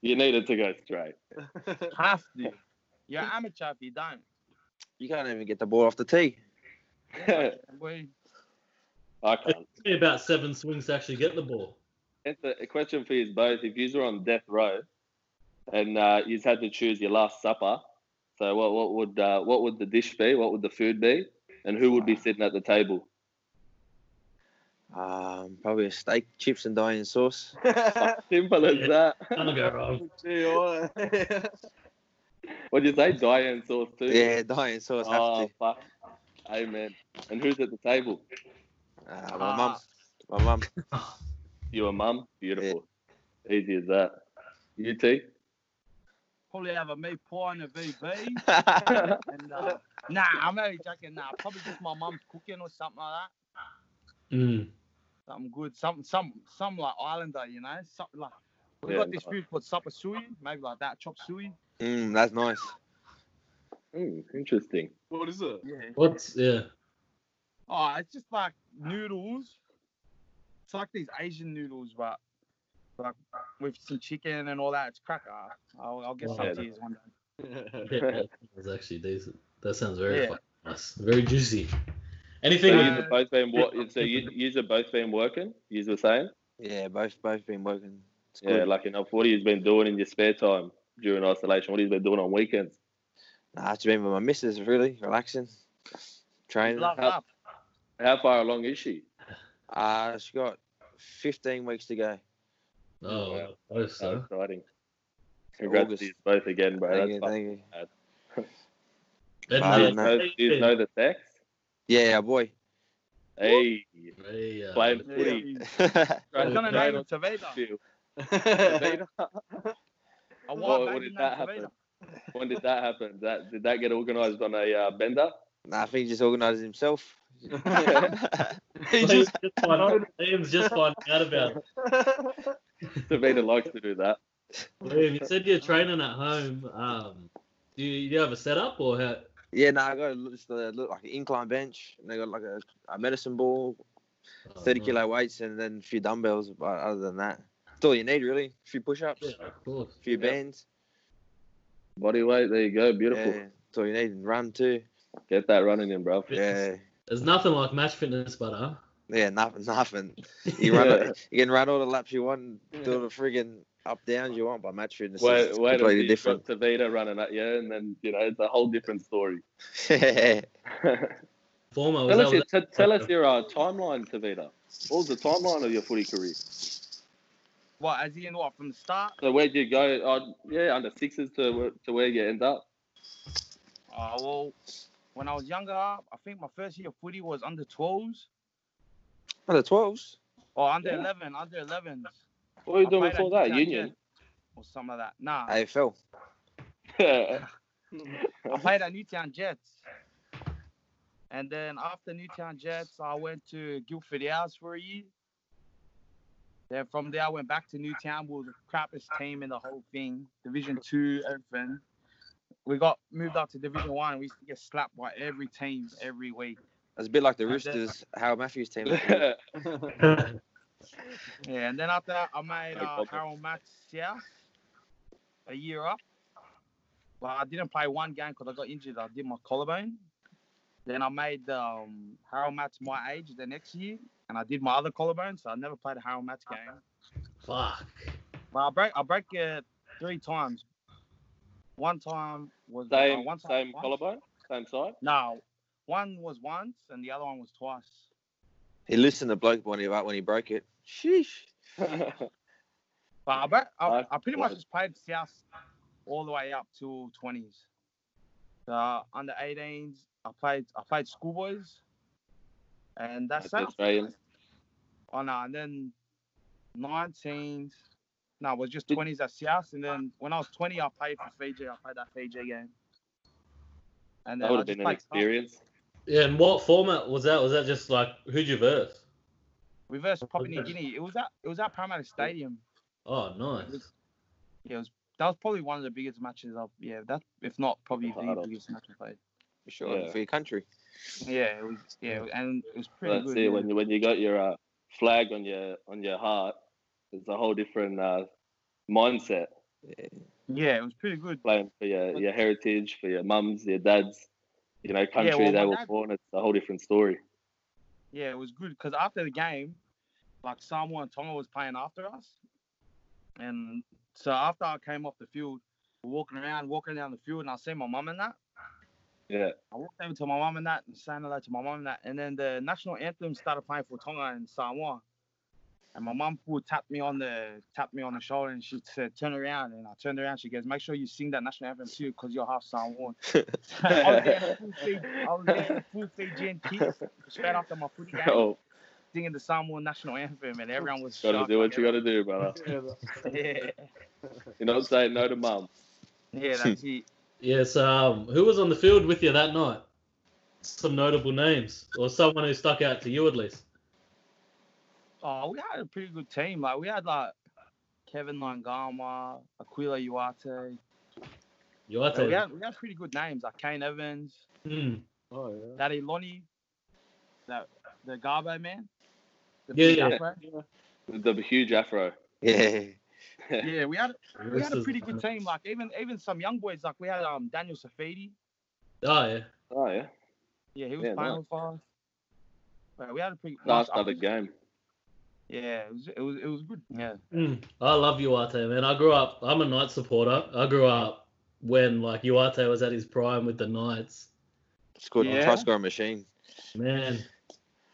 Speaker 3: you need it to go straight. *laughs*
Speaker 4: Have to. You're an amateur if you don't.
Speaker 5: You can't even get the ball off the tee.
Speaker 4: Boy,
Speaker 3: I can't.
Speaker 2: It's only about seven swings to actually get the ball.
Speaker 3: It's a, a question for you both. If you were on death row and uh, you had to choose your last supper, so what, what would uh, what would the dish be? What would the food be? And who would be sitting at the
Speaker 5: *laughs*
Speaker 3: table?
Speaker 5: Um, probably a steak, chips, and Diane sauce.
Speaker 3: Simple as that.
Speaker 2: Can't go
Speaker 6: *laughs*
Speaker 2: wrong.
Speaker 6: Gee, alright.
Speaker 3: What'd you say? Diane sauce too.
Speaker 5: Yeah, Diane sauce. Have
Speaker 3: Oh
Speaker 5: to.
Speaker 3: fuck. Amen. And who's at the table?
Speaker 5: Uh,
Speaker 4: Ah.
Speaker 5: my mum. My
Speaker 3: *laughs*
Speaker 5: mum.
Speaker 3: You a mum? Beautiful. Easy as that. You too.
Speaker 4: probably have a meat pie and a VB.
Speaker 5: yeah,
Speaker 4: And, uh, nah, I'm only joking. Nah, probably just my mum's cooking or something like that.
Speaker 2: Mm.
Speaker 4: Something good. Some, some, some like Islander, you know. Something like we
Speaker 3: Yeah,
Speaker 4: got this
Speaker 3: nice.
Speaker 4: food called supper suey, maybe like that, chop suey.
Speaker 5: mm, that's nice.
Speaker 3: Hmm, interesting.
Speaker 6: *laughs* what is it?
Speaker 4: Yeah.
Speaker 2: What's yeah?
Speaker 4: Oh, it's just like noodles. It's like these Asian noodles, but like with some chicken and all that. It's cracker. I'll, I'll get
Speaker 2: Wow.
Speaker 4: some to you one day.
Speaker 2: yeah that was actually decent. That sounds very
Speaker 4: Yeah.
Speaker 2: fucking nice. Very juicy.
Speaker 3: So
Speaker 2: Anything?
Speaker 3: you
Speaker 4: Uh,
Speaker 3: have both been wo- so you yous have both been working. Yous were saying,
Speaker 5: Yeah, both both been working. It's
Speaker 3: yeah,
Speaker 5: good.
Speaker 3: like enough. What have you been doing in your spare time during isolation? What have you been doing on weekends?
Speaker 5: Nah, it's been with my missus, really relaxing, training.
Speaker 4: Love
Speaker 3: How-
Speaker 4: up.
Speaker 3: How far along is she?
Speaker 5: Uh, she got 15 weeks to go.
Speaker 2: oh, I hope so.
Speaker 3: How exciting! Congrats
Speaker 5: August.
Speaker 3: to you both again, bro.
Speaker 5: Thank
Speaker 3: That's
Speaker 5: you,
Speaker 3: fucking-
Speaker 5: thank you.
Speaker 2: Good
Speaker 5: I
Speaker 3: Do
Speaker 5: don't
Speaker 3: you
Speaker 2: night.
Speaker 5: know.
Speaker 3: know, do you know the sex?
Speaker 5: Yeah, boy. *laughs*
Speaker 3: Hey,
Speaker 2: Hey, uh,
Speaker 3: playing
Speaker 4: Yeah.
Speaker 3: footy.
Speaker 4: I was gonna
Speaker 3: Trying to
Speaker 4: name
Speaker 3: trade
Speaker 4: it
Speaker 3: on
Speaker 4: Tavita.
Speaker 3: *laughs* you.
Speaker 6: *laughs*
Speaker 5: *laughs*
Speaker 6: Tavita.
Speaker 4: A while
Speaker 3: What- what
Speaker 4: back,
Speaker 3: did
Speaker 4: you
Speaker 3: that
Speaker 4: named
Speaker 3: happen?
Speaker 4: Tavita.
Speaker 3: When did that happen? That did that get organised on a uh,
Speaker 5: *laughs*
Speaker 3: bender?
Speaker 5: nah, I think he just organizes himself.
Speaker 2: *laughs*
Speaker 6: he
Speaker 2: Liam's
Speaker 6: just
Speaker 2: just, find, Liam's just finding out about it.
Speaker 3: Davina likes to do that.
Speaker 2: Liam, you said you're training at home. Um, do you, do you have a setup or how,
Speaker 5: yeah, no, I got a, just a, look like an incline bench, and I got like a, a medicine ball, thirty
Speaker 2: Oh,
Speaker 3: Uh-huh.
Speaker 5: kilo weights, and then a few dumbbells. But other than that, that's all you need really. A few push-ups,
Speaker 2: Yeah, of course.
Speaker 5: a few
Speaker 3: Yeah.
Speaker 5: bands.
Speaker 3: Body weight, there you go. Beautiful.
Speaker 5: Yeah, that's all you need. And run too.
Speaker 3: Get that running in, bro.
Speaker 5: Yeah,
Speaker 2: There's nothing like match fitness, but uh, huh?
Speaker 5: yeah, nothing, *laughs*
Speaker 3: *laughs*
Speaker 5: nothing. You run,
Speaker 3: Yeah.
Speaker 5: you can run all the laps you want, do all the friggin' up downs you want, but match fitness
Speaker 3: Wait,
Speaker 5: is
Speaker 3: wait until
Speaker 5: completely
Speaker 3: you've
Speaker 5: different.
Speaker 3: got Tavita running at you, and then you know it's a whole different story.
Speaker 5: *laughs*
Speaker 3: *laughs*
Speaker 2: Former. Was
Speaker 3: tell
Speaker 2: that,
Speaker 3: us, your,
Speaker 2: was
Speaker 3: t- tell us your uh, timeline, Tavita. What was the timeline of your footy career?
Speaker 4: What, as in what, from the start?
Speaker 3: So where'd you go? Uh, yeah, under sixes to wh- to where you end up.
Speaker 4: Uh, well, when I was younger, I think my first year of footy was under 12s
Speaker 5: Under twelves.
Speaker 4: or under
Speaker 3: Yeah.
Speaker 4: 11, under 11s
Speaker 3: What were you
Speaker 4: I
Speaker 3: doing
Speaker 4: played
Speaker 3: before
Speaker 4: at
Speaker 3: that?
Speaker 4: UTAC,
Speaker 3: Union.
Speaker 4: or some of that. Nah,
Speaker 5: AFL.
Speaker 4: I played at Newtown Jets. And then after Newtown Jets, I went to Guildford House for a year. Then from there, I went back to Newtown. We were the crappiest team in the whole thing, Division Two, everything. We got moved up to Division One. We used to get slapped by every team every week.
Speaker 5: It's a bit like the
Speaker 4: And then-
Speaker 3: *laughs*
Speaker 5: Roosters, Howard Matthews team.
Speaker 4: *laughs* Yeah, and then after that, I made
Speaker 3: No
Speaker 4: uh,
Speaker 3: problem.
Speaker 4: Harold Max South a year up. But I didn't play one game because I got injured. I did my collarbone. Then I made um, Harold Matz my age the next year, and I did my other collarbone, so I never played a Harold Matz game.
Speaker 2: *laughs* fuck.
Speaker 4: But I broke I broke it three times. One time was uh,
Speaker 3: *laughs* same
Speaker 4: one time
Speaker 3: same
Speaker 4: once.
Speaker 3: collarbone, same side. *laughs*
Speaker 4: *laughs* No, one was once, and the other one was twice.
Speaker 5: he loosened the bloke when he when he broke it. Sheesh.
Speaker 4: But I, bet, I,
Speaker 3: Five
Speaker 4: I pretty much
Speaker 3: was-
Speaker 4: just played South all the way up till twenties. Uh, under 18s, I played I played schoolboys, and that's
Speaker 3: That's
Speaker 4: it.
Speaker 3: Australian.
Speaker 4: Oh no, and then 19s. No, it was just
Speaker 3: Did-
Speaker 4: 20s at South, and then when I was 20, I played for Fiji. I played that Fiji game. And then
Speaker 3: that
Speaker 4: I
Speaker 3: would have
Speaker 4: just
Speaker 3: been an
Speaker 4: played soccer.
Speaker 3: experience.
Speaker 2: Yeah, and what format was that? Was that just like who'd you verse?
Speaker 4: Reverse Papua New Guinea. It was at it was at Parramatta Stadium.
Speaker 2: Oh, nice.
Speaker 4: Yeah, it was, that was probably one of the biggest matches I've yeah. That if not probably the
Speaker 3: Wow.
Speaker 4: biggest match I played.
Speaker 5: For sure.
Speaker 3: Yeah.
Speaker 5: For your country.
Speaker 4: Yeah, it was. Yeah, and it was pretty
Speaker 3: That's
Speaker 4: good.
Speaker 3: it.
Speaker 4: yeah.
Speaker 3: When you when you got your uh, flag on your on your heart, it's a whole different uh, mindset.
Speaker 4: yeah, it was pretty good.
Speaker 3: Playing for your, your heritage, for your mums, your dads, you know, country
Speaker 4: well, my
Speaker 3: they were
Speaker 4: dad-
Speaker 3: born. It's a whole different story.
Speaker 4: Yeah, it was good because after the game, like Samoa and Tonga was playing after us, and so after I came off the field, we're walking around, walking down the field, and I see my mum and that.
Speaker 3: Yeah.
Speaker 4: I walked over to my mum and that, and saying hello to my mum and that, and then the national anthem started playing for Tonga and Samoa, and my mum pulled- tapped me on the tapped me on the shoulder, and she said, "Turn around," and I turned around. She goes, "Make sure you sing that national anthem too, because you're half Samoan." *laughs* I was there, full Fiji- I was there, full Fijian kids, straight after my footy game
Speaker 3: *laughs* Oh,
Speaker 4: singing the Samoan national anthem, and everyone was
Speaker 3: gotta
Speaker 4: shocked.
Speaker 3: do what you gotta do, brother.
Speaker 4: Yeah,
Speaker 3: You're not saying no to mum.
Speaker 4: *laughs* yeah,
Speaker 3: *laughs*
Speaker 4: that's it.
Speaker 2: Yes. Um, who was on the field with you that night? Some notable names, or someone who stuck out to you at least.
Speaker 4: Oh, we had a pretty good team. Like we had like Kevin Langama, Aquila Uate.
Speaker 2: You are
Speaker 4: we
Speaker 2: yeah.
Speaker 4: had we had pretty good names like Kane Evans,
Speaker 2: Hmm.
Speaker 6: Oh, yeah.
Speaker 4: Daddy Lonnie, that the Garbo man. The
Speaker 2: Yeah,
Speaker 4: big
Speaker 2: yeah.
Speaker 4: Afro.
Speaker 3: The huge afro.
Speaker 5: Yeah.
Speaker 4: yeah. We had we had a
Speaker 2: Roosters.
Speaker 4: pretty good team. Like even even some young boys. Like we had um Daniel Safidi.
Speaker 2: Oh yeah.
Speaker 3: Oh yeah,
Speaker 4: Yeah, he was
Speaker 3: Yeah,
Speaker 4: playing
Speaker 3: nice.
Speaker 4: with us. But we had a pretty
Speaker 3: last
Speaker 4: nice
Speaker 3: other
Speaker 4: up-
Speaker 3: game.
Speaker 4: Yeah, it was, it was it was good. Yeah.
Speaker 2: Mm. I love Uarte, man. I grew up. I'm a Knights supporter. I grew up when like Uarte was at his prime with the Knights.
Speaker 5: Scored
Speaker 4: Yeah.
Speaker 5: try scoring machine. *laughs*
Speaker 2: Man,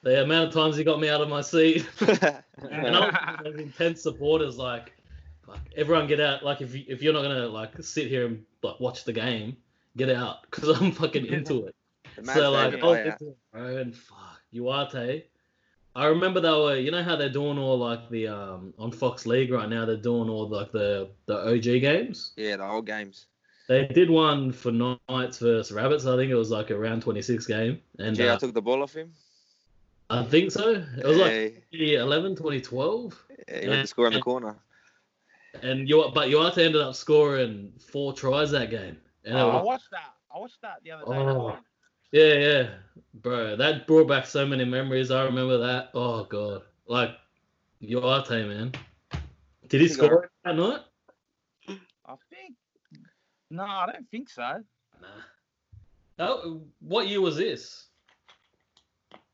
Speaker 2: the amount of times he got me out of my seat. *laughs*
Speaker 5: yeah. *laughs*
Speaker 2: and I was one of those intense supporters. Like, fuck, everyone get out. Like, if, you, if you're not gonna like sit here and like watch the game, get out because
Speaker 4: *laughs*
Speaker 2: I'm fucking into it.
Speaker 5: The Mad
Speaker 2: so like,
Speaker 5: Stadium
Speaker 2: I was
Speaker 5: layout.
Speaker 2: into it, bro, and fuck, Uarte. I remember they were, you know how they're doing all like the um on Fox League right now. They're doing all like the the OG games.
Speaker 5: yeah, the whole games.
Speaker 2: They did one for Knights versus Rabbits. I think it was like a round 26 game, and
Speaker 5: Yeah, I
Speaker 2: uh,
Speaker 5: took the ball off him.
Speaker 2: I think so. It was like
Speaker 5: yeah,
Speaker 2: 2011, 2012.
Speaker 5: yeah, he went to score on the
Speaker 2: yeah.
Speaker 5: corner.
Speaker 2: And you, but Yuata ended up scoring four tries that game. And
Speaker 5: Oh,
Speaker 2: it
Speaker 4: I
Speaker 2: was-
Speaker 4: watched that. I watched that the other day.
Speaker 2: Oh. yeah, yeah, bro, that brought back so many memories. I remember that. Oh god, like Yuata, man. Did he
Speaker 5: He's all
Speaker 2: score it that night?
Speaker 4: I think. No, I don't think so. Uh,
Speaker 2: Nah. Oh, what year was this?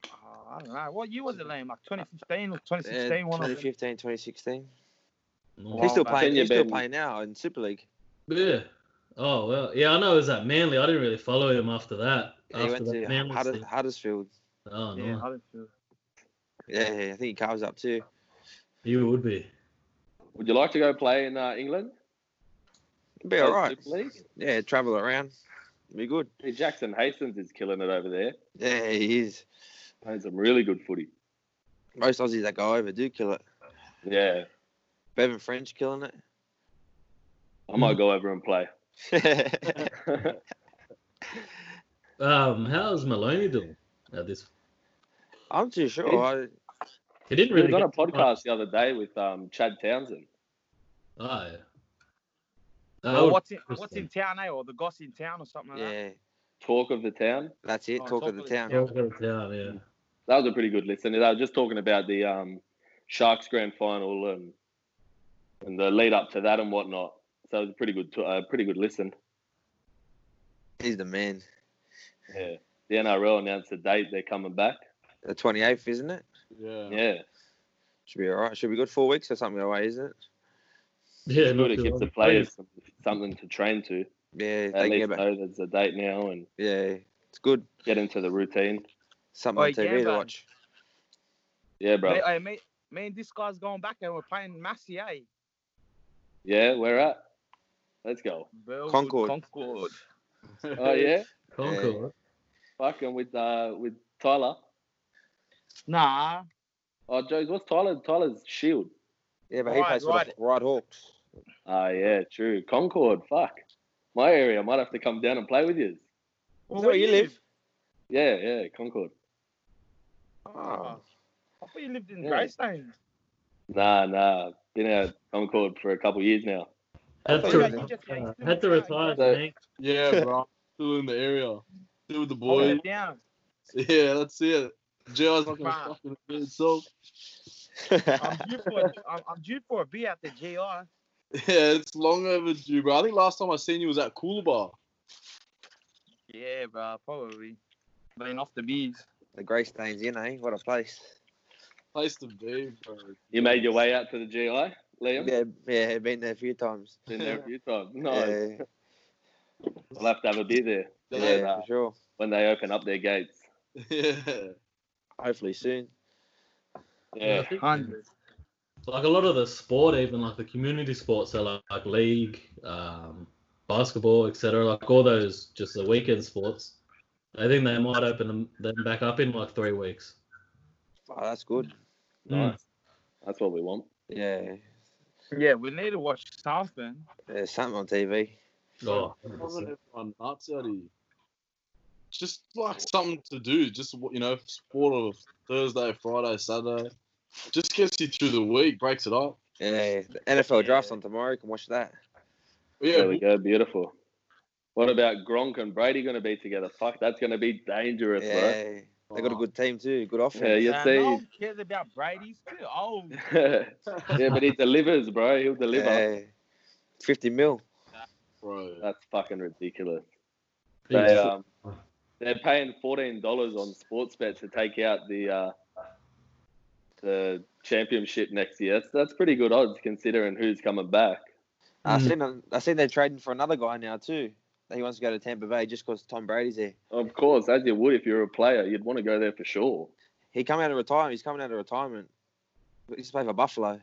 Speaker 4: Oh, I don't know. What year was it, Liam? Like 2015 or
Speaker 5: Yeah,
Speaker 4: 2016? one of them.
Speaker 5: 2015, 2016.
Speaker 2: No.
Speaker 5: he's still
Speaker 4: man.
Speaker 5: playing.
Speaker 3: Kenya
Speaker 5: He's still
Speaker 3: been-
Speaker 5: playing now in Super League.
Speaker 2: Yeah. Oh well, yeah, I know it was at Manly. I didn't really follow him after that.
Speaker 5: Yeah, he
Speaker 2: after
Speaker 5: went
Speaker 2: that
Speaker 5: to
Speaker 2: Manly
Speaker 5: Hudder-
Speaker 2: thing.
Speaker 5: Huddersfield.
Speaker 2: Oh no,
Speaker 4: Yeah, I don't feel.
Speaker 5: Yeah, yeah, I think he covers up too.
Speaker 2: he would be.
Speaker 3: Would you like to go play in uh, England?
Speaker 5: It'd be all
Speaker 3: Play
Speaker 5: right.
Speaker 3: Super League?
Speaker 5: Yeah, travel around. It'd be good.
Speaker 3: Hey, Jackson Hastings is killing it over there.
Speaker 5: Yeah, he is.
Speaker 3: Playing some really good footy.
Speaker 5: Most Aussies that go over do kill it.
Speaker 3: Yeah,
Speaker 5: Bevan French killing it. *laughs*
Speaker 3: I might go over and play. *laughs*
Speaker 2: Um, how's Maloney doing at this?
Speaker 5: I'm too sure. I,
Speaker 2: He didn't
Speaker 3: we
Speaker 2: really
Speaker 3: was on a
Speaker 2: get too much-
Speaker 3: podcast the other day with um, Chad Townsend.
Speaker 2: Oh, yeah.
Speaker 4: Well,
Speaker 2: That would-
Speaker 4: Oh, what's in What's in town, eh? Or the goss in town, or something like that.
Speaker 5: yeah,
Speaker 3: Talk of the town.
Speaker 5: that's it.
Speaker 4: Oh,
Speaker 5: Talk of the town.
Speaker 2: Yeah, we'll go to town, yeah.
Speaker 3: That was a pretty good listen. They were just talking about the um, Sharks grand final and and the lead up to that and whatnot. So it was a pretty good, t- uh, pretty good listen.
Speaker 5: He's the man.
Speaker 3: Yeah. The NRL announced the date they're coming back.
Speaker 5: The 28th, isn't it?
Speaker 6: Yeah.
Speaker 3: Yeah,
Speaker 5: Should be all right. Should be good. Four weeks or something away, isn't it?
Speaker 2: Yeah,
Speaker 3: it's good. It
Speaker 2: not
Speaker 3: gives
Speaker 2: too
Speaker 3: the
Speaker 2: long.
Speaker 3: players some- something to train to. At
Speaker 5: Yeah, they can
Speaker 3: least
Speaker 5: get back.
Speaker 3: know there's a date now and
Speaker 5: Yeah, it's good.
Speaker 3: get into the routine.
Speaker 5: Something
Speaker 4: Oi,
Speaker 5: on TV to
Speaker 4: Gambon.
Speaker 5: watch.
Speaker 3: Yeah, bro.
Speaker 4: Me, eh, me, me and this guy's going back and we're playing Massey, eh?
Speaker 3: Yeah, where at? Let's go.
Speaker 4: Burwood,
Speaker 5: Concord.
Speaker 4: Concord.
Speaker 3: *laughs* Oh yeah,
Speaker 2: Concord.
Speaker 3: fucking with uh with Tyler.
Speaker 4: Nah,
Speaker 3: Oh, Joe's what's Tyler? Tyler's Shield.
Speaker 5: Yeah, but he
Speaker 4: Right,
Speaker 5: plays
Speaker 4: right.
Speaker 5: for the Right Hawks. *laughs*
Speaker 3: Ah, yeah, true. Concord. Fuck. My area. I might have to come down and play with you.
Speaker 5: Is that where you live?
Speaker 3: Yeah, yeah, Concord.
Speaker 5: Oh,
Speaker 4: I thought you lived in
Speaker 3: Yeah.
Speaker 4: Greystone.
Speaker 3: Nah, nah. Been out Concord for a couple years now.
Speaker 2: Had
Speaker 5: thought
Speaker 2: to,
Speaker 5: you
Speaker 2: re-
Speaker 5: were-
Speaker 4: you just-
Speaker 2: uh, had to retire,
Speaker 3: So-
Speaker 2: man.
Speaker 6: *laughs* Yeah, bro. I'm Still in the area. Still with the
Speaker 3: Oh,
Speaker 4: I went
Speaker 6: boys.
Speaker 4: down.
Speaker 6: *laughs* Yeah, that's it. JR's not gonna
Speaker 4: Bruh.
Speaker 6: fucking do it, so
Speaker 4: I'm due for a, I'm, I'm due for a beer at the GI.
Speaker 6: *laughs* yeah, it's long overdue, bro. I think last time I seen you was at Coolabah.
Speaker 4: Yeah, bro, probably. Been off the beers.
Speaker 5: the Grey Stains in, eh? What a place.
Speaker 6: Place to be, bro.
Speaker 3: You made your way out to the GI, Liam.
Speaker 5: Yeah, yeah, been there a few times.
Speaker 3: Been
Speaker 5: *laughs*
Speaker 3: there a few times. No,
Speaker 5: Yeah,
Speaker 3: I'll have to have a beer there
Speaker 5: yeah,
Speaker 3: Yeah, nah.
Speaker 5: for sure.
Speaker 3: when they open up their gates.
Speaker 6: *laughs* Yeah.
Speaker 5: Hopefully soon.
Speaker 2: I
Speaker 3: Yeah,
Speaker 2: think,
Speaker 4: Hundred.
Speaker 2: Like a lot of the sport, even like the community sports, so like, like league, um, basketball, etc. Like all those, just the weekend sports. I think they might open them, them back up in like three weeks.
Speaker 5: Oh, that's good.
Speaker 2: Mm.
Speaker 3: nice. That's what we want.
Speaker 5: Yeah,
Speaker 4: Yeah, we need to watch something.
Speaker 5: there's something on TV.
Speaker 2: Oh,
Speaker 6: Driving everyone nuts out of you. Just like something to do, just you know, sport of Thursday, Friday, Saturday. Just gets you through the week, breaks it up.
Speaker 5: Yeah, the NFL draft's on tomorrow. You can watch that.
Speaker 6: But
Speaker 3: There we
Speaker 6: yeah,
Speaker 3: go. Beautiful. What about Gronk and Brady going to be together? Fuck, that's going to be dangerous,
Speaker 5: Yeah, they got a good team too. Good offense.
Speaker 3: You
Speaker 4: Nah,
Speaker 3: see-
Speaker 4: no one cares about oh, Brady's too old.
Speaker 3: bro. *laughs* yeah, but he delivers, bro. He'll deliver.
Speaker 5: Yeah. 50 mil.
Speaker 6: bro.
Speaker 3: That's fucking ridiculous.
Speaker 2: Yeah.
Speaker 3: They, um, they're paying fourteen dollars on Sportsbet to take out the uh, the championship next year. That's, that's pretty good odds considering who's coming back.
Speaker 5: I
Speaker 2: Mm.
Speaker 5: seen them- I seen they're trading for another guy now too. That he wants to go to Tampa Bay just because Tom Brady's there.
Speaker 3: Of course, as you would if you're a player, you'd want to go there for sure.
Speaker 5: He come out of retirement. He's coming out of retirement. He's played for Buffalo.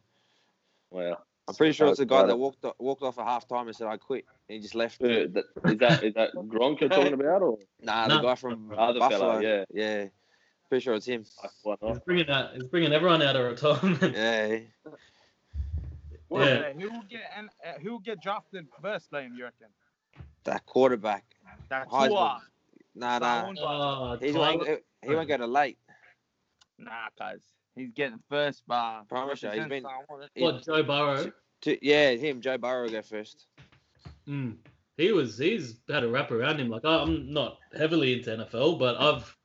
Speaker 3: Wow,
Speaker 5: I'm pretty sure it's a guy
Speaker 3: Right.
Speaker 5: that walked o- walked off at half time and said I quit and he just left.
Speaker 3: Who- Uh, that- Is that is that Gronk you're talking about or
Speaker 5: Nah,
Speaker 2: No.
Speaker 5: the guy from
Speaker 3: Other fella,
Speaker 5: Buffalo.
Speaker 3: yeah.
Speaker 5: yeah. Pretty sure it's him.
Speaker 3: why
Speaker 2: He's
Speaker 3: not?
Speaker 2: bringing that. He's bringing everyone out of retirement.
Speaker 5: Yeah.
Speaker 4: Well,
Speaker 2: Yeah.
Speaker 4: Who will get and uh, who will get drafted first, Liam? You reckon?
Speaker 5: That quarterback.
Speaker 4: That's
Speaker 5: Heisman.
Speaker 4: who are.
Speaker 5: Nah, nah.
Speaker 2: *laughs* Oh,
Speaker 5: He's
Speaker 2: Tyler-
Speaker 5: won't, he won't go to late.
Speaker 4: Nah, cuz he's getting first bar.
Speaker 5: Promise you, he's been- He-
Speaker 2: what Joe Burrow?
Speaker 5: two- yeah, him. Joe Burrow go first.
Speaker 2: Mm. He was he's had a wrap around him. Like I'm not heavily into NFL, but I've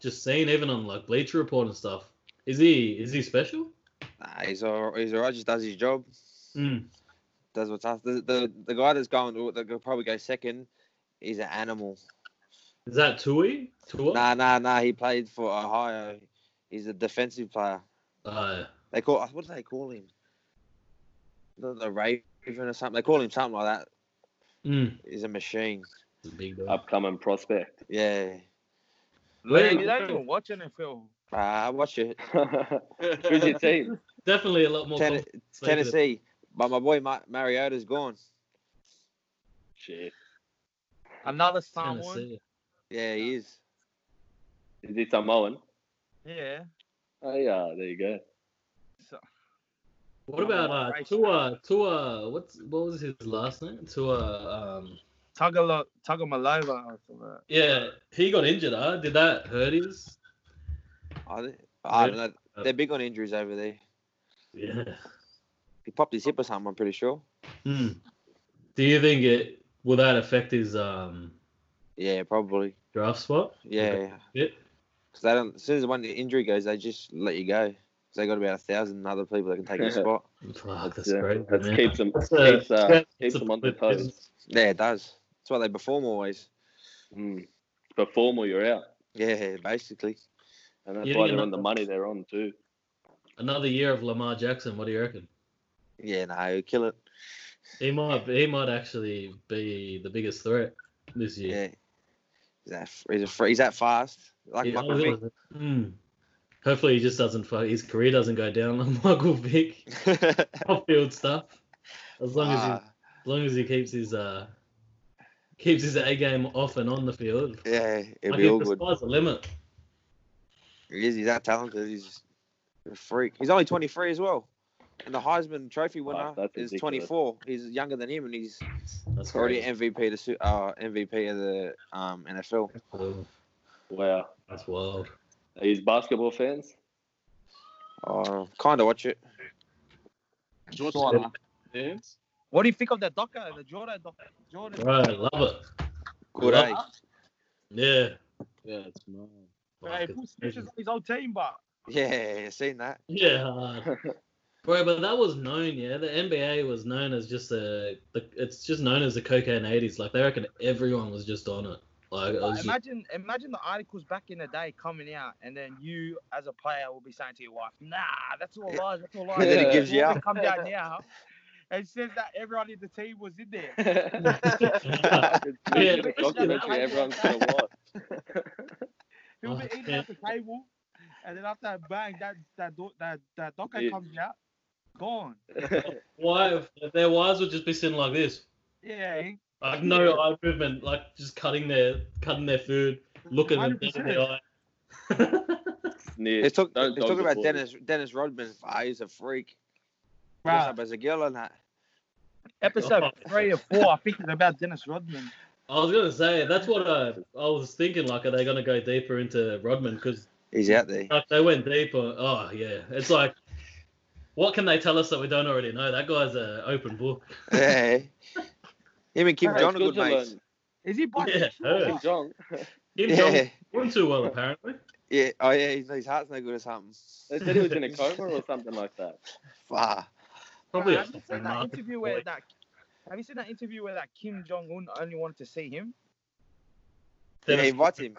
Speaker 2: just seen even on like Bleacher Report and stuff. Is he is he special?
Speaker 5: Nah, he's all, he's alright. Just does his job.
Speaker 2: Mm.
Speaker 5: Does what's asked. The, the the guy that's going that could probably go second. He's an animal.
Speaker 2: Is that Tui? Tua?
Speaker 5: Nah, nah, nah. He played for Ohio. He's a defensive player.
Speaker 2: Uh,
Speaker 5: They call what do they call him? The, the Raven or something. They call him something like that.
Speaker 2: mm.
Speaker 5: He's a machine.
Speaker 2: He's a big guy.
Speaker 5: Uh,
Speaker 3: Upcoming prospect. *laughs*
Speaker 5: Yeah.
Speaker 4: Liam, you don't even watch NFL.
Speaker 5: Uh, I watch it.
Speaker 3: Who's your team?
Speaker 2: Definitely a lot more.
Speaker 5: Ten-
Speaker 2: com-
Speaker 5: it's Tennessee, but my boy Ma- Mariota's gone.
Speaker 3: Shit.
Speaker 4: Another Samoan.
Speaker 2: Tennessee.
Speaker 5: Yeah, he is.
Speaker 3: Is he Samoan?
Speaker 4: Yeah.
Speaker 3: Oh yeah, there you go.
Speaker 4: So,
Speaker 2: What about uh, Tua? Tua? What's what was his last name? Tua. Um,
Speaker 4: Tagalo- Tagomalova. or something.
Speaker 2: yeah, he got injured. Huh? Did that hurt his? *laughs*
Speaker 5: I, don't- I don't know. They're big on injuries over there.
Speaker 2: Yeah.
Speaker 5: He popped his hip or something. I'm pretty sure.
Speaker 2: Hmm. Do you think it will that affect his um
Speaker 5: Yeah, probably.
Speaker 2: draft spot?
Speaker 5: Yeah,
Speaker 2: Bit?
Speaker 5: because they don't. As soon as one injury goes, they just let you go. 'Cause they got about a thousand other people that can take your spot.
Speaker 2: Fuck, that's
Speaker 3: Yeah,
Speaker 2: great.
Speaker 3: That
Speaker 2: man.
Speaker 3: keeps them
Speaker 2: That's a-
Speaker 3: keeps, uh,
Speaker 2: that's
Speaker 3: keeps
Speaker 2: a
Speaker 3: them on their
Speaker 2: flip,
Speaker 3: toes.
Speaker 5: Yeah, it does. That's why they perform always.
Speaker 3: Mm. Perform or you're out.
Speaker 5: Yeah, basically.
Speaker 3: And that's
Speaker 2: You
Speaker 3: why
Speaker 2: think
Speaker 3: they're on the
Speaker 2: another-
Speaker 3: money they're on too.
Speaker 2: Another year of Lamar Jackson. What do you reckon?
Speaker 5: Yeah, no, he'll kill it.
Speaker 2: He might he might actually be the biggest threat this year.
Speaker 5: Yeah. He's that, he's, a, fr- he's that fast. Like
Speaker 2: Yeah,
Speaker 5: Michael
Speaker 2: I
Speaker 5: Vick.
Speaker 2: was- Hmm. Hopefully, he just doesn't. Fuck, his career doesn't go down like *laughs* Michael
Speaker 5: *laughs*
Speaker 2: Vick. Off-field stuff. As long as he,
Speaker 5: Ah,
Speaker 2: as long as he keeps his uh keeps his A game off and on the field.
Speaker 5: yeah, it'll
Speaker 2: Like
Speaker 5: be all
Speaker 2: if the
Speaker 5: good.
Speaker 2: sky's the limit.
Speaker 5: He is. He's that talented. He's a freak. He's only 23 as well. And the Heisman Trophy winner
Speaker 3: that's
Speaker 5: is
Speaker 3: ridiculous.
Speaker 5: 24. He's younger than him, and he's
Speaker 2: That's
Speaker 5: already
Speaker 2: crazy.
Speaker 5: MVP to su- uh, MVP of the um, NFL.
Speaker 3: Wow.
Speaker 2: That's wild.
Speaker 3: Are you basketball
Speaker 2: *laughs*
Speaker 3: fans? *laughs*
Speaker 5: Uh, kind of watch it.
Speaker 6: Do you
Speaker 4: Sure,
Speaker 6: want
Speaker 4: man.
Speaker 6: to dance?
Speaker 4: What do you think of the Docker, the Jordan Docker? Jordan.
Speaker 2: Right, love it.
Speaker 5: Good,
Speaker 2: Love
Speaker 5: eh?
Speaker 2: it. Yeah.
Speaker 6: Yeah, it's mine.
Speaker 4: Hey, he puts pictures on his old team, but
Speaker 5: Yeah, seen that.
Speaker 2: Yeah.
Speaker 4: *laughs*
Speaker 2: Bro, but that was known, yeah. The NBA was known as just a, the, it's just known as the cocaine eighties. Like they reckon everyone was just on it. Like it
Speaker 4: But
Speaker 2: was just,
Speaker 4: imagine imagine the articles back in the day coming out, and then you as a player will be saying to your wife, "Nah, that's all lies. That's all lies."
Speaker 5: And
Speaker 3: then it
Speaker 5: gives you
Speaker 4: Woman
Speaker 5: out.
Speaker 4: Come down now, and says that everyone in the team was in
Speaker 3: *laughs*
Speaker 4: there.
Speaker 2: Yeah.
Speaker 3: It's a documentary everyone's gonna watch.
Speaker 4: He'll be eating at the table, and then after a bang, that that do- that that docker
Speaker 3: Yeah.
Speaker 4: comes out, gone.
Speaker 2: why their wives would just be sitting like this,
Speaker 4: Yeah,
Speaker 2: like no eye movement, like just cutting their cutting their food, looking them dead in the eye.
Speaker 3: *laughs* Sneer.
Speaker 5: It's talk,
Speaker 3: Don't
Speaker 5: it's
Speaker 3: dog
Speaker 5: talking
Speaker 3: the
Speaker 5: about
Speaker 3: boy.
Speaker 5: Dennis Dennis Rodman. Ah, he's a freak. What's
Speaker 4: right.
Speaker 5: up as a girl or not?
Speaker 4: Episode three or four, I think it's about Dennis Rodman.
Speaker 2: *laughs* I was gonna say that's what I, I was thinking. Like, are they gonna go deeper into Rodman? Because
Speaker 5: He's out there.
Speaker 2: Like they went deep on. Oh yeah, it's like, what can they tell us that we don't already know? That guy's an open book.
Speaker 5: Yeah. Him and Kim
Speaker 3: It's
Speaker 5: Jong are good
Speaker 3: to
Speaker 5: mates.
Speaker 4: Is he
Speaker 2: Yeah,
Speaker 4: bisexual?
Speaker 2: heard.
Speaker 4: or
Speaker 3: learn.
Speaker 4: what?
Speaker 3: Jong.
Speaker 2: Kim
Speaker 5: Yeah.
Speaker 2: Jong doing too well apparently.
Speaker 5: *laughs* Yeah. Oh yeah. His, his heart's no good or something.
Speaker 3: They said he was in a coma or something like that.
Speaker 5: Far.
Speaker 2: Probably
Speaker 4: Nah,
Speaker 2: a
Speaker 4: have you seen that
Speaker 2: market
Speaker 4: interview
Speaker 2: boy.
Speaker 4: where that have you seen that interview where that Kim Jong Un only wanted to see him?
Speaker 5: Yeah,
Speaker 2: Dennis- *laughs*
Speaker 5: invite him.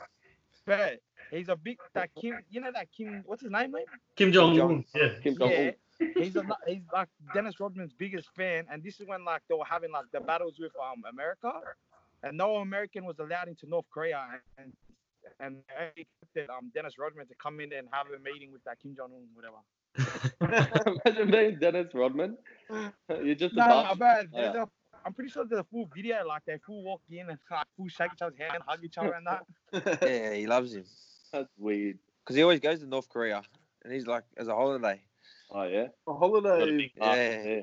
Speaker 4: But he's a big that Kim, you know that Kim, what's his name, mate?
Speaker 2: Kim
Speaker 5: Jong.
Speaker 2: Jong Un. Yeah.
Speaker 3: Kim Jong Un.
Speaker 4: he's a, he's like Dennis Rodman's biggest fan, and this is when like they were having like the battles with um America, and no American was allowed into North Korea, and and they only expected um, Dennis Rodman to come in and have a meeting with that Kim Jong Un, whatever.
Speaker 3: Imagine being Dennis Rodman. You're just a
Speaker 4: No,
Speaker 3: bum.
Speaker 4: no, bro.
Speaker 3: Yeah.
Speaker 4: there's a- I'm pretty sure there's a full video, like they full walk in and like, full shake each other's hand, hug each other and that.
Speaker 5: Yeah, he loves him
Speaker 3: That's weird.
Speaker 5: because he always goes to North Korea, and he's like as a
Speaker 2: *laughs*
Speaker 5: holiday.
Speaker 3: Oh yeah.
Speaker 6: A holiday.
Speaker 5: Yeah.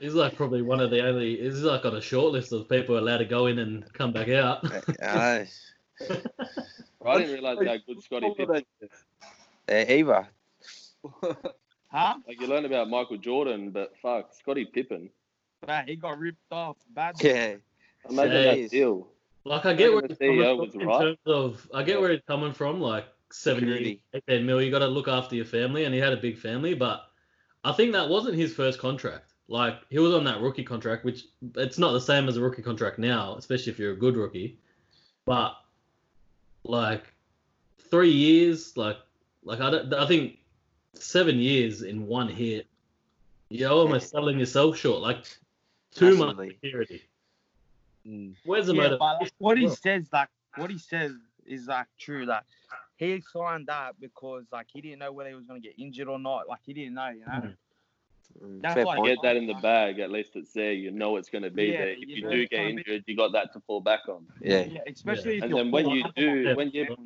Speaker 2: He's like probably one of the only. He's like on a short list of people allowed to go in and come back out.
Speaker 5: yeah,
Speaker 3: I didn't realize how good Scotty Pippen.
Speaker 6: Holiday.
Speaker 5: either.
Speaker 4: Huh?
Speaker 3: Like you learn about Michael Jordan, but fuck, Scotty Pippen.
Speaker 4: Man, he got ripped off bad.
Speaker 5: Yeah,
Speaker 3: Imagine
Speaker 5: Jeez.
Speaker 3: that deal.
Speaker 2: Like I get where
Speaker 3: The
Speaker 2: he's coming
Speaker 3: CEO
Speaker 2: from
Speaker 3: was
Speaker 2: in
Speaker 3: right.
Speaker 2: terms of I get
Speaker 3: Yeah.
Speaker 2: where he's coming from. Like
Speaker 5: Security.
Speaker 2: 70, 18 mil, you got to look after your family, and he had a big family. But I think that wasn't his first contract. Like he was on that rookie contract, which it's not the same as a rookie contract now, especially if you're a good rookie. But like three years, like like I don't, I think seven years in one hit, you're
Speaker 3: *laughs*
Speaker 2: almost selling yourself short. Like too much
Speaker 5: Massively.
Speaker 2: security.
Speaker 6: Mm.
Speaker 2: Where's the
Speaker 4: Yeah,
Speaker 2: motive?
Speaker 4: but like, what he says, like what he says, is like true. Like he signed that because like he didn't know whether he was gonna get injured or not. Like he didn't know, you know.
Speaker 2: Mm.
Speaker 5: Mm,
Speaker 4: That's
Speaker 5: fair
Speaker 4: why-
Speaker 5: point.
Speaker 3: Get that in the bag. At least it's there. You know it's going to be
Speaker 4: Yeah,
Speaker 3: there. If
Speaker 4: you
Speaker 3: you,
Speaker 4: know
Speaker 3: do
Speaker 4: it's
Speaker 3: get
Speaker 4: gonna be-
Speaker 3: injured, you got that to fall back on.
Speaker 5: Yeah,
Speaker 4: *laughs* especially if
Speaker 3: And
Speaker 4: you're
Speaker 3: then when
Speaker 4: poor,
Speaker 3: you
Speaker 4: like,
Speaker 3: do,
Speaker 2: Yeah.
Speaker 3: when you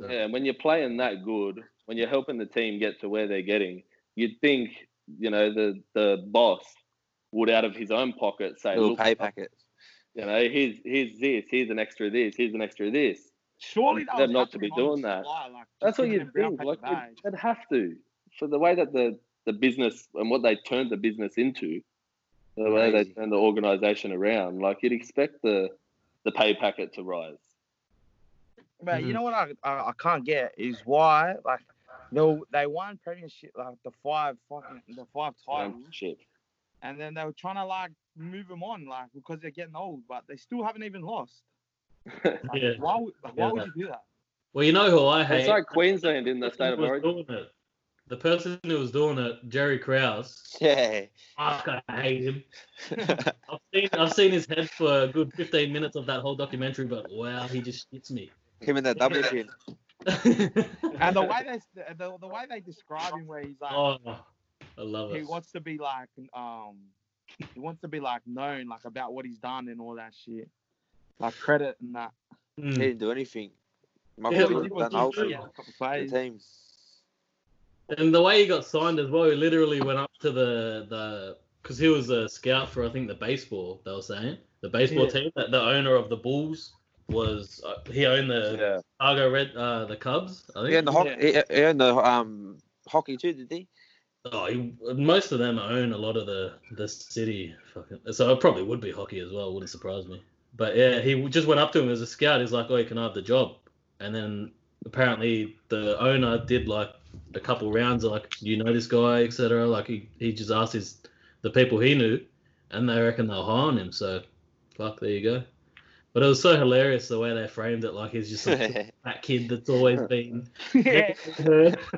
Speaker 3: yeah, and when you're playing that good, when you're helping the team get to where they're getting, you'd think you know the the boss would out of his own pocket say,
Speaker 5: little
Speaker 3: look,
Speaker 5: pay packet.
Speaker 3: you know, here's here's this, here's an extra this, here's an extra this.
Speaker 4: surely that
Speaker 3: They're
Speaker 4: was
Speaker 3: not to be
Speaker 4: happening on
Speaker 3: doing
Speaker 4: the
Speaker 3: that.
Speaker 4: fly, like,
Speaker 3: That's
Speaker 4: just
Speaker 3: what
Speaker 4: giving
Speaker 3: you
Speaker 4: him brown
Speaker 3: think.
Speaker 4: paper
Speaker 3: Like
Speaker 4: bag.
Speaker 3: they'd have to for the way that the the business and what they turned the business into, the way they
Speaker 5: Crazy.
Speaker 3: turned the organisation around. Like you'd expect the the pay packet to rise.
Speaker 4: But
Speaker 3: Hmm.
Speaker 4: you know what I, I I can't get is why like no they won premiership like the five fucking the five
Speaker 3: Um,
Speaker 4: titles
Speaker 3: shit.
Speaker 4: and then they were trying to like move them on like because they're getting old but they still haven't even lost. Like,
Speaker 2: Yeah.
Speaker 4: Why would like, why
Speaker 2: Yeah.
Speaker 4: would you do that?
Speaker 2: Well, you know who I hate.
Speaker 3: It's like Queensland in
Speaker 2: The
Speaker 3: the
Speaker 2: person
Speaker 3: state of
Speaker 2: who was
Speaker 3: origin.
Speaker 2: doing it- The person who was doing it, Jerry Krause.
Speaker 5: Yeah.
Speaker 2: Fuck, I hate
Speaker 3: *laughs*
Speaker 2: him. I've seen I've seen his head for a good 15 minutes of that whole documentary, but wow, he just shits me. *laughs*
Speaker 5: Him and that W pin.
Speaker 4: And the way they the, the way they describe him where he's like
Speaker 2: oh, I love
Speaker 4: he
Speaker 2: it.
Speaker 4: wants to be like um he wants to be like known like about what he's done and all that shit. Like credit and that.
Speaker 5: He
Speaker 2: Mm.
Speaker 5: didn't do anything. My
Speaker 2: Yeah,
Speaker 5: yeah,
Speaker 2: but
Speaker 5: done
Speaker 2: he
Speaker 5: all
Speaker 4: Yeah,
Speaker 5: for
Speaker 4: a
Speaker 2: *laughs*
Speaker 4: couple
Speaker 5: the
Speaker 4: plays.
Speaker 5: team.
Speaker 2: And the way he got signed as well, he literally went up to the the because he was a scout for I think the baseball they were saying the baseball
Speaker 4: Yeah.
Speaker 2: team that the owner of the Bulls was uh, he owned the
Speaker 3: Yeah.
Speaker 2: Chicago Red uh, the Cubs. I think.
Speaker 5: He earned the, hockey, he, he earned the um, hockey too, did
Speaker 2: *laughs*
Speaker 5: he? *laughs*
Speaker 2: Oh, you, most of them own a lot of the the city. Fucking, so it probably would be hockey as well. Wouldn't surprise me. But yeah, he just went up to him as a scout. He's like, "Oh, can I have the job?" And then apparently the owner did like a couple rounds, like you know this guy, etc. Like he, he just asked his the people he knew, and they reckon they'll hire on him. So, fuck, there you go. But it was so hilarious the way they framed it. Like he's just
Speaker 4: *laughs*
Speaker 2: some sort of *laughs* fat kid that's always been.
Speaker 4: *laughs*
Speaker 2: *laughs*
Speaker 4: Yeah.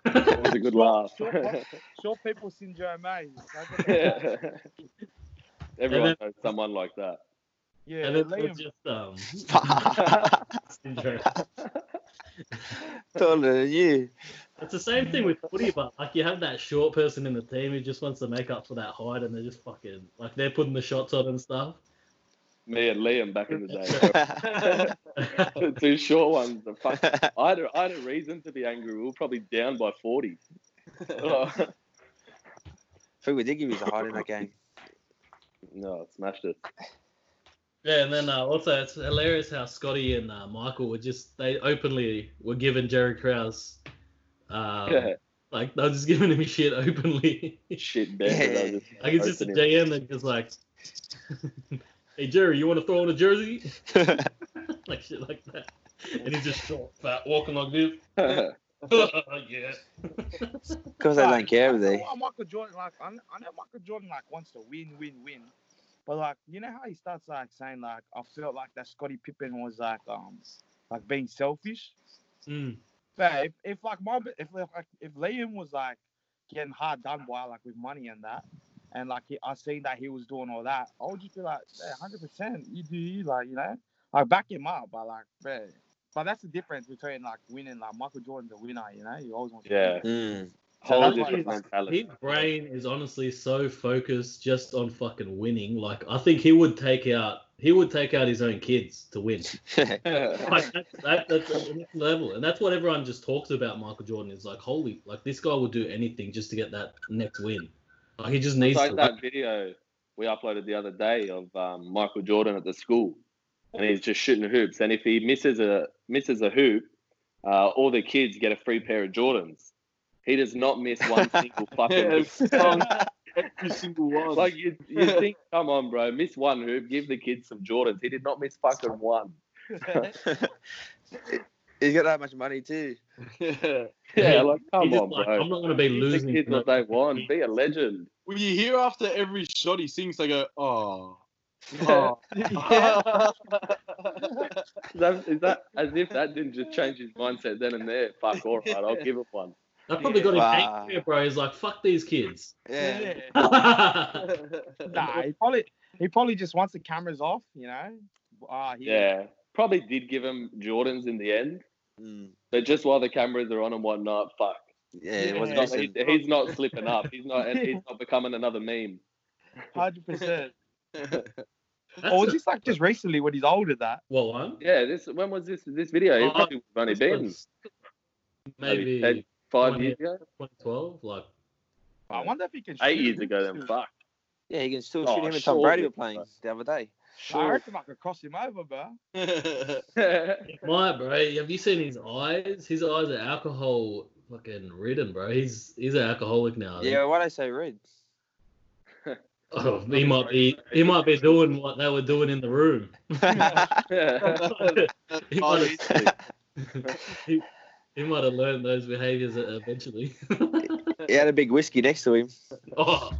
Speaker 3: That was a good laugh.
Speaker 4: Short, short, short people syndrome, eh?
Speaker 2: *laughs*
Speaker 4: Like,
Speaker 3: *laughs* Everyone
Speaker 2: then-
Speaker 3: knows someone like that.
Speaker 4: Yeah,
Speaker 2: *laughs* And it was
Speaker 4: Liam,
Speaker 2: just um.
Speaker 5: Taller than you.
Speaker 2: It's the same thing with footy, but like you have that short person in the team who just wants to make up for that height, and they're just fucking like they're putting the shots on and stuff. *laughs*
Speaker 3: Me and Liam back in the day. the *laughs* two short ones. The fuck. I had, a, I had a reason to be angry. We were probably down by
Speaker 2: *laughs*
Speaker 3: 40. Oh, *laughs*
Speaker 5: *laughs* think we did give you the height in that game.
Speaker 3: no, I smashed it.
Speaker 2: Yeah, and then uh, also it's hilarious how Scotty and uh, Michael were just they openly were giving Jerry Krause, um,
Speaker 3: Yeah,
Speaker 2: like they were just giving him shit openly.
Speaker 3: *laughs* shit, Ben. I was
Speaker 2: like it's just a
Speaker 3: opening-
Speaker 2: JM that just like, *laughs* hey Jerry, you want to throw on a jersey? *laughs* like shit like that, and he's just short, fat, walking like this. *laughs* yeah.
Speaker 5: Because they don't care, do
Speaker 4: I
Speaker 5: they?
Speaker 4: know Michael Jordan, like, I know, I know Michael Jordan, like, wants to win, win, win. But, like, you know how he starts, like, saying, like, I felt like that Scottie Pippen was, like, um, like, being selfish.
Speaker 2: Mm.
Speaker 4: But if, if like, my, if, like, if Liam was, like, getting hard done by, like, with money and that, and, like, he, I seen that he was doing all that, I would just be like, "Yeah, 100%, you do you, like, you know? Like, back him up, but, like, man, But that's the difference between like winning. Like Michael Jordan's a winner, you know. You always want. to
Speaker 3: Yeah.
Speaker 4: win.
Speaker 5: Mm.
Speaker 2: So
Speaker 3: *laughs* Whole
Speaker 2: that's
Speaker 3: different
Speaker 2: why
Speaker 3: mentality.
Speaker 2: His brain is honestly so focused just on fucking winning. Like I think he would take out he would take out his own kids to
Speaker 3: *laughs*
Speaker 2: win. Like that's, that, that's the next level, and that's what everyone just talks about. Michael Jordan is like, holy, like this guy will do anything just to get that next win. Like he just needs
Speaker 3: It's like
Speaker 2: to.
Speaker 3: that video we uploaded the other day of um, Michael Jordan at the school, and he's just shooting hoops. And if he misses a misses a hoop, uh, all the kids get a free pair of Jordans. He does not miss
Speaker 2: *laughs*
Speaker 3: one single fucking hoop.
Speaker 6: Yes.
Speaker 3: *laughs*
Speaker 6: Every single one.
Speaker 3: Like you,
Speaker 2: *laughs*
Speaker 3: you think, come on, bro, miss one hoop, give the kids some Jordans. He did not miss fucking one.
Speaker 5: *laughs* He's got that much money too.
Speaker 6: yeah.
Speaker 3: Yeah,
Speaker 2: *laughs* Yeah,
Speaker 3: like
Speaker 2: He's
Speaker 3: *laughs* come
Speaker 2: just
Speaker 3: on,
Speaker 2: like,
Speaker 3: bro.
Speaker 2: I'm not going to be
Speaker 3: Give
Speaker 2: losing.
Speaker 3: the kids
Speaker 2: tonight."
Speaker 3: what they want. Be a legend.
Speaker 6: *laughs* Well, you hear after every shot he sings, they go, oh. *laughs*
Speaker 4: *laughs*
Speaker 3: Is that, is that as if that didn't just change his mindset then and there? Fuck, all right, I'll give it one.
Speaker 2: That probably got him
Speaker 5: Wow.
Speaker 2: angry, bro. He's like, fuck these kids. *laughs*
Speaker 5: Yeah.
Speaker 2: yeah,
Speaker 4: Nah, he probably he probably just wants the cameras off, you know. Ah, he-
Speaker 3: Yeah, probably did give him Jordans in the end,
Speaker 5: Mm.
Speaker 3: but just while the cameras are on and whatnot, fuck.
Speaker 5: Yeah, it
Speaker 4: Yeah.
Speaker 5: wasn't
Speaker 3: He's not,
Speaker 5: missing.
Speaker 3: he's- he's not slipping up. He's not. And he's not becoming another meme.
Speaker 4: hundred percent.
Speaker 2: That's
Speaker 4: Or was
Speaker 2: a-
Speaker 4: this like just recently when he's older that?
Speaker 2: what one?
Speaker 3: Yeah. This. When was this? This video? It
Speaker 2: Oh,
Speaker 3: probably was only been
Speaker 2: maybe
Speaker 3: maybe eight- five
Speaker 2: twenty.
Speaker 3: years ago,
Speaker 2: 2012. Like,
Speaker 4: I wonder if he can.
Speaker 3: eight
Speaker 4: shoot.
Speaker 3: years ago. Then fuck.
Speaker 5: Yeah, he can still
Speaker 3: Oh,
Speaker 5: shoot him and Tom
Speaker 3: sure.
Speaker 5: Brady were playing the other day.
Speaker 4: I
Speaker 3: *laughs* Sure.
Speaker 4: reckon I could cross him over, bro.
Speaker 3: yeah,
Speaker 2: my bro, have you seen his eyes? His eyes are alcohol fucking ridden, bro. He's he's an alcoholic now. I think.
Speaker 5: Yeah, why they say red?
Speaker 2: Oh, he might be he might be doing what they were doing in the room. he, might have, *laughs* he, he might have learned those behaviors eventually. *laughs*
Speaker 5: he had a big whiskey next to him.
Speaker 2: oh,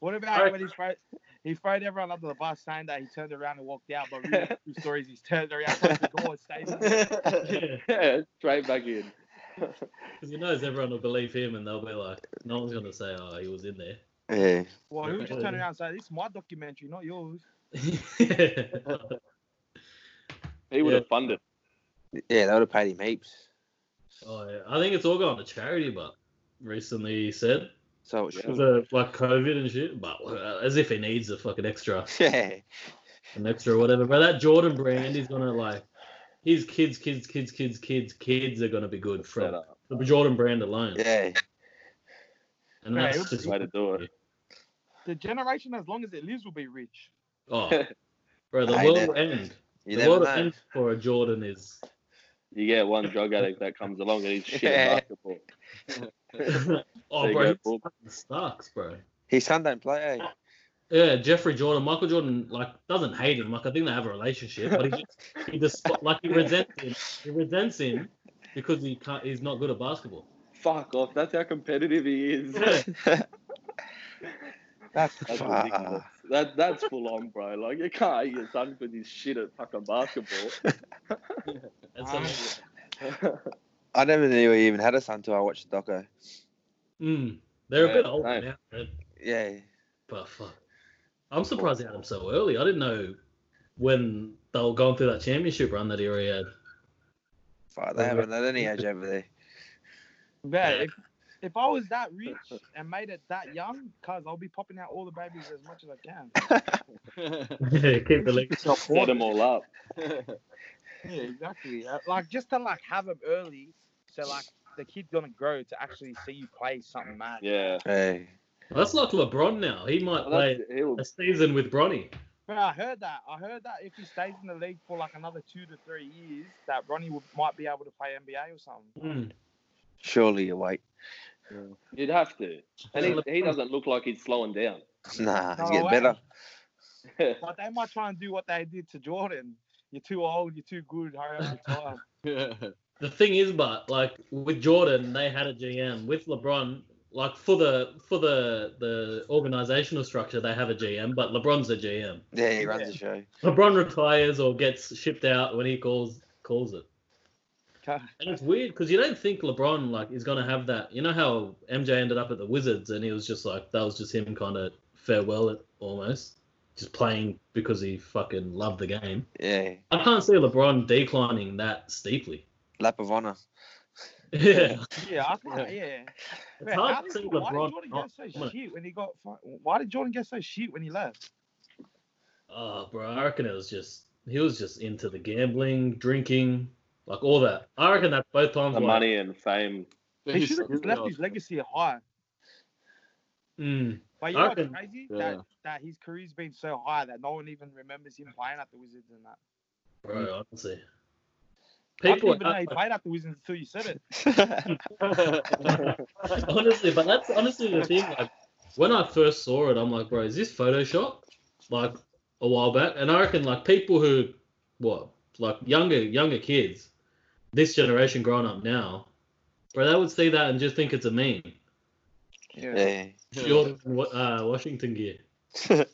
Speaker 4: What about when he throw, he thrown everyone under the bus saying that he turned around and walked out, but *laughs* really true stories he's turned around, closed the door, and stayed. in *laughs* there.
Speaker 2: yeah,
Speaker 3: straight back in.
Speaker 2: 'cause he knows everyone will believe him, and they'll be like, no one's gonna say, oh, he was in there. *laughs*
Speaker 5: Yeah.
Speaker 4: Well, who just turned around and said, "This is my documentary, not yours."
Speaker 3: He would
Speaker 2: Yeah.
Speaker 3: have funded.
Speaker 5: Yeah, they would have paid him heaps.
Speaker 2: oh, yeah. I think it's all gone to charity, but recently he said
Speaker 5: So it
Speaker 3: Yeah.
Speaker 5: should.
Speaker 2: because of like COVID and shit. But uh, as if he needs a fucking extra.
Speaker 5: *laughs* Yeah.
Speaker 2: an extra whatever. But that Jordan brand is gonna like his kids, kids, kids, kids, kids, kids are gonna be good
Speaker 3: Set
Speaker 2: from
Speaker 3: up.
Speaker 2: the Jordan brand alone.
Speaker 5: Yeah.
Speaker 2: And
Speaker 4: Yeah,
Speaker 2: that's
Speaker 4: it
Speaker 2: just
Speaker 3: Way to do it.
Speaker 4: The generation, as long as it lives, will be rich.
Speaker 3: *laughs*
Speaker 2: oh, bro, the
Speaker 5: I
Speaker 2: world
Speaker 5: know.
Speaker 2: will end.
Speaker 5: You
Speaker 2: the
Speaker 5: never
Speaker 2: world
Speaker 5: know.
Speaker 2: end for a Jordan
Speaker 3: *laughs*
Speaker 2: is.
Speaker 3: You get one drug addict that comes along and he's shit
Speaker 5: Yeah.
Speaker 3: at basketball.
Speaker 2: oh,
Speaker 3: There
Speaker 2: bro,
Speaker 3: you go, Paul.
Speaker 2: he fucking sucks, bro.
Speaker 5: His son don't play, eh?
Speaker 2: Yeah, Jeffrey Jordan, Michael Jordan, like doesn't hate him. Like I think they have a relationship, but he just he just
Speaker 3: *laughs*
Speaker 2: like he resents him. He resents him because he can't. He's not good at
Speaker 3: *laughs*
Speaker 2: basketball. *laughs*
Speaker 3: Fuck off. That's how competitive he is.
Speaker 5: That's
Speaker 3: That's
Speaker 5: fuck.
Speaker 3: ridiculous. That that's full on, bro. Like you can't hate your son because he's shit at fucking basketball.
Speaker 2: That's
Speaker 4: Um,
Speaker 5: I never knew he even had a son until I watched the doco.
Speaker 2: Mm, they're
Speaker 3: Yeah,
Speaker 2: a bit older
Speaker 3: no.
Speaker 2: now, man,
Speaker 5: Yeah.
Speaker 2: but fuck. I'm surprised they had him so early. I didn't know when they were going through that championship run that he already had.
Speaker 5: Fuck, they haven't had any edge over there.
Speaker 4: Man, if, if I was that rich and made it that young, cuz I'll be popping out all the babies as much as I can.
Speaker 2: *laughs* Keep the league.
Speaker 3: Set them all up.
Speaker 4: Yeah, exactly. Uh, Like just to like have them early, so like the kid's gonna grow to actually see you play something mad.
Speaker 3: Yeah.
Speaker 5: Hey.
Speaker 2: That's like LeBron now. He might
Speaker 3: Well,
Speaker 2: play
Speaker 3: that's, he'll,
Speaker 2: a season with Bronny.
Speaker 4: But I heard that. I heard that if he stays in the league for like another two to three years, that Ronnie would, might be able to play NBA or something.
Speaker 2: Mm.
Speaker 5: Surely you wait. *laughs*
Speaker 3: you'd have to. And he, he doesn't look like he's slowing down. *laughs*
Speaker 5: Nah, he's
Speaker 4: No
Speaker 5: getting
Speaker 4: way.
Speaker 5: better.
Speaker 4: But they might try and do what they did to Jordan. You're too old. You're too good. Hurry up, retire.
Speaker 2: The thing is, but like with Jordan, they had a GM. With LeBron, like for the for the the organizational structure, they have a GM, but LeBron's a GM.
Speaker 5: Yeah, he runs the show.
Speaker 2: LeBron retires or gets shipped out when he calls calls it.
Speaker 4: Ah.
Speaker 2: And it's weird because you don't think LeBron like is gonna have that. You know how MJ ended up at the Wizards and he was just like that was just him kind of farewell it almost. just playing because he fucking loved the game.
Speaker 5: Yeah,
Speaker 2: I can't see LeBron declining that steeply. *laughs*
Speaker 5: lap of honor. *laughs*
Speaker 2: Yeah,
Speaker 4: Yeah, I can't, yeah.
Speaker 2: it's
Speaker 4: Man, how
Speaker 2: hard to
Speaker 4: did-
Speaker 2: see
Speaker 4: why did
Speaker 2: LeBron.
Speaker 4: Jordan
Speaker 2: Not,
Speaker 4: get so
Speaker 2: dominant.
Speaker 4: shit when he got? fi- Why did Jordan get so shit when he left?
Speaker 2: oh, bro, I reckon it was just he was just into the gambling, drinking, like all that. I reckon that's both times.
Speaker 3: The
Speaker 2: why-
Speaker 3: money and fame.
Speaker 4: He should have just left his legacy high.
Speaker 2: Mm,
Speaker 4: But you know what's
Speaker 2: Okay.
Speaker 4: crazy?
Speaker 6: Yeah.
Speaker 4: That, that his career's been so high that no one even remembers him playing at the Wizards and that.
Speaker 2: bro, honestly,
Speaker 4: People, I
Speaker 2: people.
Speaker 4: didn't even know he played at the Wizards until you said it.
Speaker 2: *laughs* honestly, but that's honestly the thing. Like, when I first saw it, I'm like, bro, is this Photoshop? Like a while back, and I reckon like people who, what, like younger younger kids, this generation growing up now, bro, they would see that and just think it's a meme.
Speaker 5: yeah.
Speaker 2: Jordan wa- uh, Washington gear.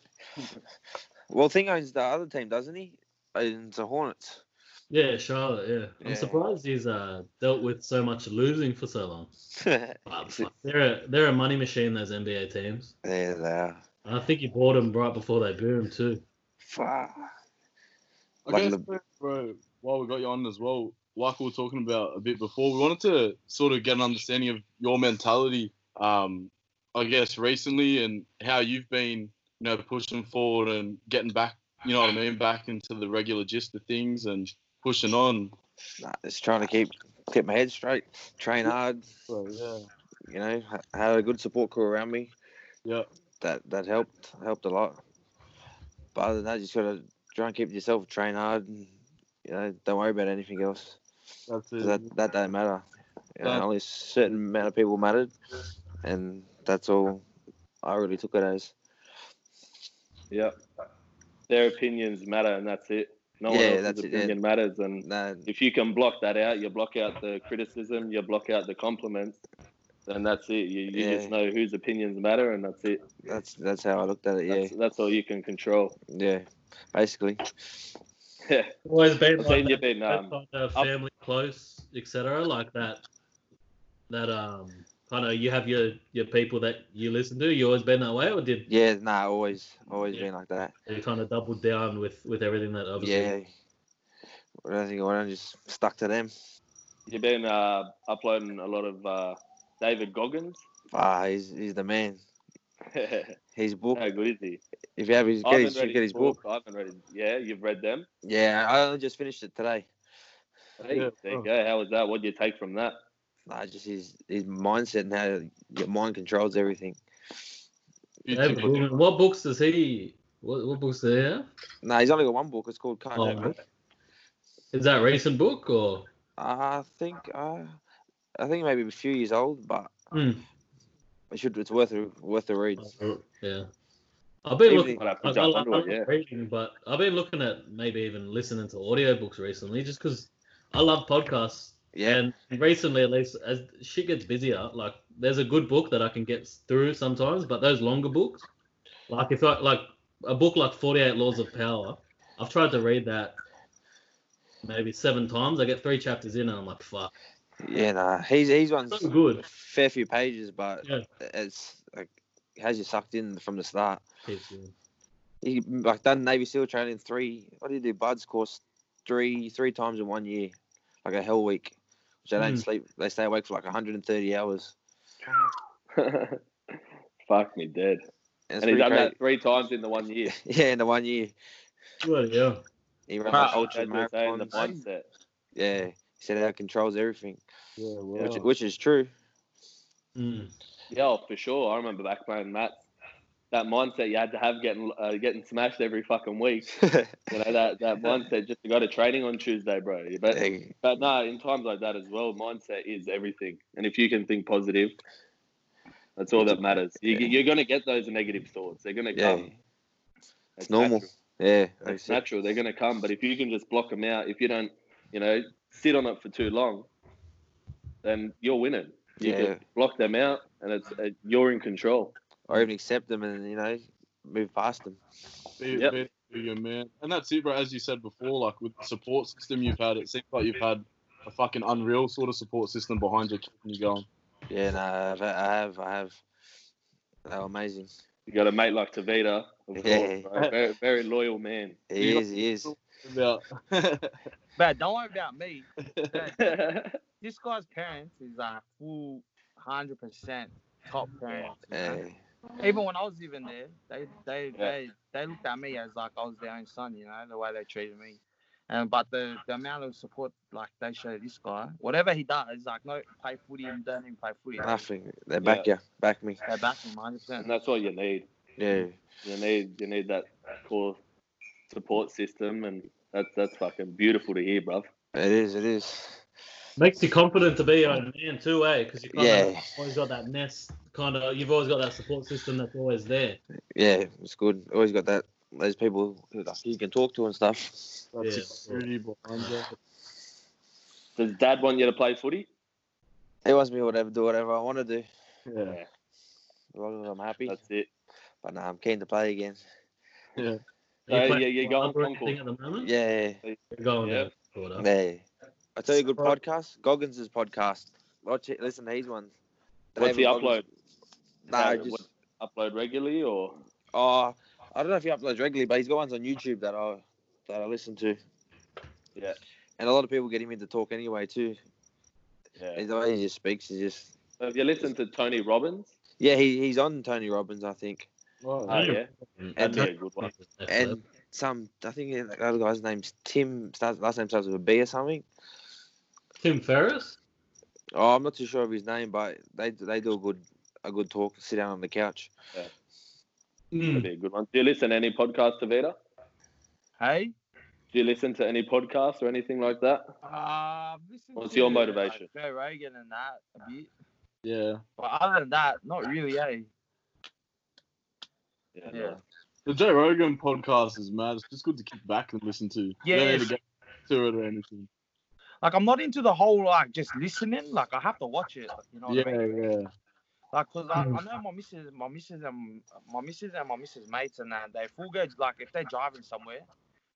Speaker 5: well, Thing owns the other team, doesn't he? Owns the Hornets. *laughs*
Speaker 2: Yeah, Charlotte. Yeah,
Speaker 5: Yeah.
Speaker 2: I'm surprised he's uh, dealt with so much losing for so long.
Speaker 5: yeah,
Speaker 2: But fuck, they're a, they're a money machine. Those NBA teams.
Speaker 5: they are.
Speaker 2: And I think he bought them right before they boomed too.
Speaker 5: Fuck.
Speaker 6: I
Speaker 5: Like
Speaker 6: guess,
Speaker 5: the-
Speaker 6: bro, while we got you on as well, like we were talking about a bit before, we wanted to sort of get an understanding of your mentality, um, I guess, recently and how you've been, you know, pushing forward and getting back, you know what I mean, back into the regular gist of things and pushing on.
Speaker 5: Nah, just trying to keep keep my head straight, train hard.
Speaker 6: So, yeah.
Speaker 5: You know, h- had a good support crew around me.
Speaker 6: Yeah.
Speaker 5: That that helped helped a lot. But other than that, just gotta try and keep yourself train hard. And, you know, don't worry about anything else.
Speaker 6: That's
Speaker 5: 'Cause
Speaker 6: it.
Speaker 5: That that don't matter. You know,
Speaker 6: Yeah.
Speaker 5: only a certain amount of people mattered, and that's all I really took it as.
Speaker 3: Yep. Their opinions matter, and that's it. No
Speaker 5: Yeah,
Speaker 3: one else's
Speaker 5: that's it, yeah.
Speaker 3: opinion matters, and
Speaker 5: Nah,
Speaker 3: if you can block that out, you block out the criticism, you block out the compliments, then that's it. You, you
Speaker 5: Yeah.
Speaker 3: just know whose opinions matter, and that's it.
Speaker 5: that's that's how I looked at it. Yeah,
Speaker 3: That's, that's all you can control.
Speaker 5: yeah, basically.
Speaker 3: Yeah,
Speaker 2: Always been like
Speaker 3: I've seen
Speaker 2: that.
Speaker 3: you been um,
Speaker 2: kind of family close, etc. Like that, that um, kind of you have your your people that you listen to. You always been that way, or did
Speaker 5: Yeah, nah, always always
Speaker 2: Yeah.
Speaker 5: been like that.
Speaker 2: you kind of double down with with everything that obviously?
Speaker 5: Yeah. I don't think I went just stuck to them.
Speaker 3: you've been uh, uploading a lot of uh, David Goggins. *laughs*
Speaker 5: Ah, he's he's the man.
Speaker 3: How
Speaker 5: His book.
Speaker 3: good is he?
Speaker 5: If you have his, get his, get his book.
Speaker 3: I haven't read his, Yeah, you've read them.
Speaker 5: Yeah, I only just finished it today.
Speaker 3: Hey,
Speaker 6: Yeah.
Speaker 3: there
Speaker 2: oh.
Speaker 3: you go. How was that? What do you take from that?
Speaker 5: Nah, just his his mindset and how your mind controls everything.
Speaker 6: You
Speaker 2: David
Speaker 6: think-
Speaker 2: Goggins. What books does he? What, what books do he have?
Speaker 5: Nah, he's only got one book. It's called Can't
Speaker 2: Oh,
Speaker 5: Go
Speaker 2: man.
Speaker 5: Back.
Speaker 2: Is that a recent book or?
Speaker 5: I think uh, I think maybe a few years old, but
Speaker 2: Hmm.
Speaker 5: it should it's worth a worth a read.
Speaker 2: Yeah. I've been
Speaker 5: Evening.
Speaker 2: looking.
Speaker 3: When I
Speaker 2: I,
Speaker 3: put
Speaker 2: I,
Speaker 3: that
Speaker 2: I,
Speaker 3: onto it,
Speaker 2: am
Speaker 3: yeah.
Speaker 2: reading, but I've been looking at maybe even listening to audiobooks recently, just because I love podcasts.
Speaker 5: Yeah,
Speaker 2: And recently, at least, as shit gets busier, like there's a good book that I can get through sometimes, but those longer books, like if I like a book like Forty Eight Laws of Power, I've tried to read that maybe seven times. I get three chapters in, and I'm like, fuck,
Speaker 5: yeah, nah. He's he's one's
Speaker 2: so good.
Speaker 5: fair few pages, but
Speaker 2: Yeah.
Speaker 5: it's like has you sucked in from the start.
Speaker 2: Keeps you-
Speaker 5: He like done Navy SEAL training three. What did he do? Buds course three three times in one year, like a hell week. Which they don't
Speaker 2: Mm.
Speaker 5: sleep. They stay awake for like 130 hours.
Speaker 3: *laughs* Fuck me dead.
Speaker 5: And,
Speaker 3: And he's
Speaker 5: it's
Speaker 3: done
Speaker 5: pretty
Speaker 3: that three times in the one year.
Speaker 5: cra- *laughs* Yeah, in the one year
Speaker 2: Bloody hell.
Speaker 5: he ran
Speaker 2: Wow.
Speaker 5: like ultra
Speaker 3: As we say, in the
Speaker 5: marathons.
Speaker 3: mindset.
Speaker 5: Yeah, he said how it controls everything,
Speaker 6: Yeah,
Speaker 5: which
Speaker 6: well.
Speaker 5: which is true. *laughs*
Speaker 2: Mm.
Speaker 3: Yeah, oh, for sure. I remember back playing Matt. That mindset you had to have getting uh, getting smashed every fucking week.
Speaker 5: yeah,
Speaker 3: You know that
Speaker 5: *laughs*
Speaker 3: that mindset just to go to training on Tuesday, bro. But but no, in times like that as well, mindset is everything. And if you can think positive, that's all that matters. You,
Speaker 5: Yeah.
Speaker 3: You're gonna get those negative thoughts. They're gonna
Speaker 5: yeah,
Speaker 3: come.
Speaker 5: it's normal.
Speaker 3: natural.
Speaker 5: Yeah,
Speaker 3: It's
Speaker 5: that's it.
Speaker 3: natural. They're gonna come. But if you can just block them out, if you don't, you know, sit on it for too long, then you're winning. You
Speaker 5: Yeah.
Speaker 3: can block them out, and it's uh, you're in control.
Speaker 5: or even accept them and you know move past them.
Speaker 6: Be,
Speaker 3: Yep.
Speaker 6: be- be your man. And that's it, bro. As you said before, like with the support system you've had, it seems like you've had a fucking unreal sort of support system behind you keeping you going.
Speaker 5: Yeah, no, I've, I have, I have. They're amazing.
Speaker 3: You got a mate like Tavita, of
Speaker 5: Yeah.
Speaker 3: course, right? very, very loyal man. *laughs*
Speaker 5: He is, he is.
Speaker 6: About
Speaker 4: But don't worry about me.
Speaker 3: yeah,
Speaker 4: This guy's parents is a full hundred percent top parents. you know?
Speaker 5: Hey.
Speaker 4: Even when I was even there, they they,
Speaker 3: Yeah.
Speaker 4: they they looked at me as like I was their own son, you know, the way they treated me. And but the, the amount of support like they showed this guy, whatever he does, like no play footy and don't even play footy.
Speaker 5: Nothing. They back you. Back me.
Speaker 4: They back him hundred percent.
Speaker 3: and that's what you need.
Speaker 5: Yeah.
Speaker 3: You need you need that core support system, and that's that's fucking beautiful to hear, bruv.
Speaker 5: It is, it is.
Speaker 2: Makes you confident to be your own man too, eh? Because you kind of
Speaker 5: Yeah.
Speaker 2: always got that nest kind of. You've always got that support system that's always there.
Speaker 3: Oh,
Speaker 5: Yeah, it's good. Always got that. Those people who like, you can talk to and stuff.
Speaker 6: that
Speaker 2: Yeah.
Speaker 6: security behind you.
Speaker 3: Does Dad want you to play footy?
Speaker 5: He wants me to whatever, do whatever I want to do.
Speaker 6: Yeah.
Speaker 5: As long as I'm happy.
Speaker 3: That's it.
Speaker 5: But now I'm keen to play again.
Speaker 2: Are
Speaker 3: Uh,
Speaker 2: playing
Speaker 3: yeah, you're
Speaker 2: for
Speaker 3: going
Speaker 2: another
Speaker 3: Concord.
Speaker 2: thing at the moment.
Speaker 5: Yeah.
Speaker 2: You're going
Speaker 3: Yeah.
Speaker 2: to Concord, huh?
Speaker 5: Yeah. I tell you, a good podcast. Goggins' podcast. Watch it. Listen to his one.
Speaker 3: What's the upload?
Speaker 5: David Goggins. Nah,
Speaker 3: David,
Speaker 5: just
Speaker 3: what- Upload regularly or
Speaker 5: oh, I don't know if he uploads regularly, but he's got ones on YouTube that I that I listen to.
Speaker 3: Yeah.
Speaker 5: And a lot of people get him into talk anyway too.
Speaker 3: yeah.
Speaker 5: And The way he just speaks is just
Speaker 3: have you listened to Tony Robbins?
Speaker 5: yeah. He, he's on Tony Robbins, I think,
Speaker 6: Oh,
Speaker 3: Oh
Speaker 2: Yeah.
Speaker 3: yeah, that'd be a good one.
Speaker 5: and some I think the other guy's name's Tim. Starts last name starts with a B or something.
Speaker 2: Tim *laughs* Ferriss.
Speaker 5: Oh, I'm not too sure of his name, but they they do a good a good talk. Sit down on the couch.
Speaker 3: That'd
Speaker 2: Mm.
Speaker 3: be a good one. Do you listen to any podcasts, Tavita?
Speaker 4: Hey?
Speaker 3: Do you listen to any podcasts or anything like that?
Speaker 4: Uh, I've listened
Speaker 3: What's
Speaker 4: to,
Speaker 3: your motivation?
Speaker 4: Like, Joe Rogan and that a bit.
Speaker 6: yeah.
Speaker 4: But other than that, not really, eh?
Speaker 3: Yeah.
Speaker 4: Yeah.
Speaker 6: The Joe Rogan podcast is mad. It's just good to kick back and listen to. You
Speaker 4: Yeah,
Speaker 6: don't
Speaker 4: yeah.
Speaker 6: need to go to it
Speaker 3: *laughs*
Speaker 6: or anything.
Speaker 4: Like I'm not into the whole like just listening. Like I have to watch it. You know what
Speaker 6: Yeah,
Speaker 4: I mean?
Speaker 6: yeah.
Speaker 4: Like, cause I, I know my missus, my missus and my missus and my missus mates and that they full go like if they're driving somewhere,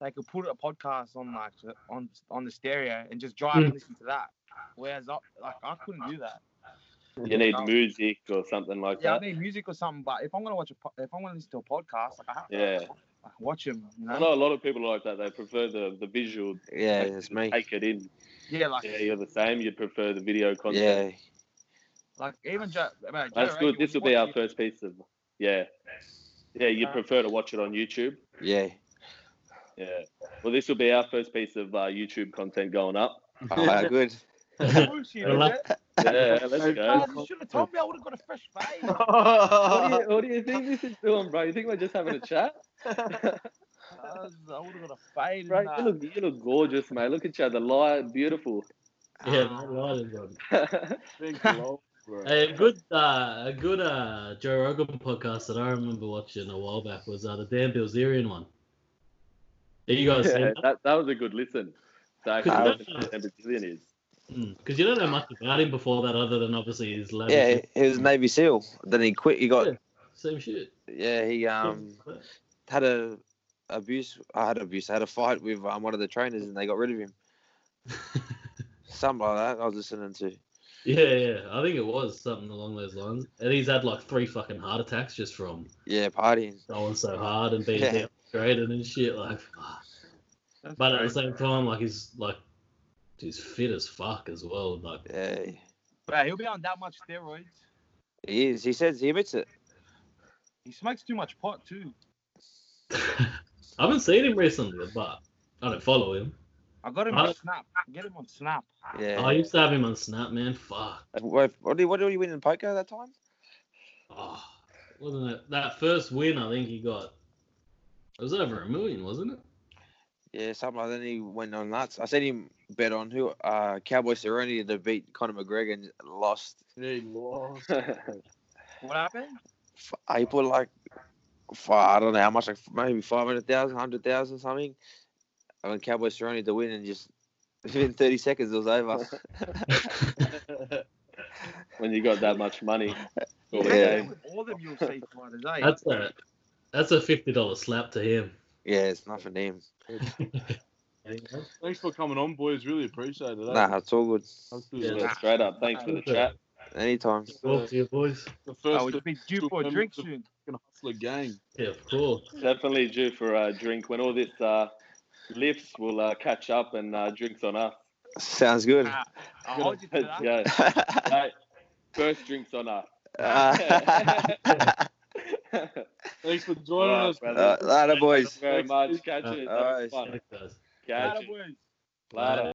Speaker 4: they could put a podcast on like the- on on the stereo and just drive
Speaker 3: Hmm.
Speaker 2: Mm.
Speaker 4: and listen to that. Whereas I, like I couldn't do that.
Speaker 3: You need music or something like
Speaker 4: Yeah, I
Speaker 3: that.
Speaker 4: need music or something. But if I'm gonna watch a po- if I'm gonna listen to a podcast, like I have to
Speaker 3: Yeah.
Speaker 4: like, watch them. You
Speaker 3: I
Speaker 4: know?
Speaker 3: know a lot of people are like that. They prefer the, the visual.
Speaker 5: Yeah,
Speaker 3: They
Speaker 5: it's me.
Speaker 3: Take it in.
Speaker 4: Yeah, like
Speaker 3: Yeah, you're the same. You prefer the video content.
Speaker 5: Yeah,
Speaker 4: like even Joe. man, Joe
Speaker 3: That's
Speaker 4: Rogan,
Speaker 3: good. This will
Speaker 4: when
Speaker 3: be
Speaker 4: you
Speaker 3: our
Speaker 4: watch
Speaker 3: first *laughs* piece of. Yeah. Yeah, you
Speaker 4: Uh,
Speaker 3: prefer to watch it on YouTube.
Speaker 5: *laughs* yeah.
Speaker 3: Yeah. Well, this will be our first piece of uh, YouTube content going up.
Speaker 5: Oh, wow, good.
Speaker 4: it- *laughs* Oh, shit,
Speaker 2: Relax.
Speaker 4: is it?
Speaker 3: *laughs* Yeah, let's
Speaker 4: Oh,
Speaker 3: go.
Speaker 4: you should have told me I would have got a fresh
Speaker 3: *laughs*
Speaker 4: fade.
Speaker 3: What do, you, what do you think this is doing, bro? You think we're just having a chat?
Speaker 4: I would have got a fade.
Speaker 3: Bro,
Speaker 4: and that.
Speaker 3: you look, you look gorgeous, mate. Look at you, the light, beautiful.
Speaker 2: Yeah, that lighting job.
Speaker 6: *laughs* Big blow, bro.
Speaker 2: A good, uh, a good uh, Joe Rogan podcast that I remember watching a while back was uh, the Dan Bilzerian one. Have you guys seen
Speaker 3: *laughs* Yeah,
Speaker 2: that?
Speaker 3: that, that was a good listen. So I can
Speaker 5: Uh,
Speaker 3: listen to the Brazilian is.
Speaker 2: Because Hmm. you don't know much about him before that, other than obviously his lavish
Speaker 5: Yeah, he was a Navy SEAL. Then he quit. He got
Speaker 2: same shit.
Speaker 5: yeah. He um had a abuse. I had abuse. had a fight with um, one of the trainers, and they got rid of *laughs* him. Something like that. I was listening to.
Speaker 2: yeah, yeah, I think it was something along those lines. And he's had like three fucking heart attacks just from
Speaker 5: Yeah, partying.
Speaker 2: going so hard and being
Speaker 5: Yeah.
Speaker 2: yeah. downgraded and shit. Like, fuck.
Speaker 4: That's
Speaker 2: but at the
Speaker 4: crazy.
Speaker 2: same time, like he's like he's fit as fuck as well. Like,
Speaker 5: Yeah,
Speaker 4: Bro, he'll be on that much steroids.
Speaker 5: he is. He says he admits it.
Speaker 4: He smokes too much pot too.
Speaker 2: *laughs* I haven't seen him recently, but I don't follow him.
Speaker 4: I got him
Speaker 2: Huh?
Speaker 4: on Snap. Get him on Snap.
Speaker 2: I
Speaker 5: Oh, Yeah.
Speaker 2: used to have him on Snap, man. Fuck.
Speaker 5: What, what, did- what did you win in poker that time?
Speaker 2: Oh, wasn't it that first win? I think he got. It was over a million, wasn't it?
Speaker 5: Yeah, something like that. He went on nuts. I seen him bet on who uh, Cowboy Cerrone to beat Conor McGregor and lost.
Speaker 6: Big blow.
Speaker 4: What happened?
Speaker 5: F- He put like, f- I don't know how much, like maybe 500,000, 100,000 something on Cowboy Cerrone to win and just *laughs* within 30 seconds it was over.
Speaker 3: *laughs* when you got that much money.
Speaker 4: He
Speaker 3: All
Speaker 4: had
Speaker 3: the
Speaker 5: Yeah.
Speaker 4: it
Speaker 3: game.
Speaker 4: With all them UFC fighters, eh?
Speaker 2: That's a that's a fifty dollar slap to him.
Speaker 5: yeah, it's nothing to him.
Speaker 6: Thanks for coming on, boys. Really appreciate it. eh?
Speaker 5: Nah, it's all good.
Speaker 6: Absolutely.
Speaker 3: Yeah, straight up. Thanks for the chat.
Speaker 5: Anytime. *laughs*
Speaker 2: Talk to your boys.
Speaker 6: The
Speaker 4: I
Speaker 6: first
Speaker 4: Oh, would be due for a
Speaker 6: Two
Speaker 4: drink
Speaker 6: members
Speaker 4: soon.
Speaker 6: fucking hustler gang.
Speaker 2: Yeah, of course.
Speaker 3: Definitely due for a drink when all this uh, lifts. We'll uh, catch up and uh, drinks on us. *laughs*
Speaker 5: Sounds good.
Speaker 4: Ah, I'll hold you to that.
Speaker 3: yeah. Hey, first drinks on us. *laughs*
Speaker 5: uh, *laughs*
Speaker 6: Thanks for joining
Speaker 3: All right,
Speaker 6: us.
Speaker 3: brother.
Speaker 5: later, boys.
Speaker 3: Thank you very much. Catch you.
Speaker 5: All
Speaker 3: Have
Speaker 5: right.
Speaker 3: fun.
Speaker 2: Thanks, guys.
Speaker 3: Catch
Speaker 4: Atta
Speaker 3: you.
Speaker 4: boy.
Speaker 3: Later.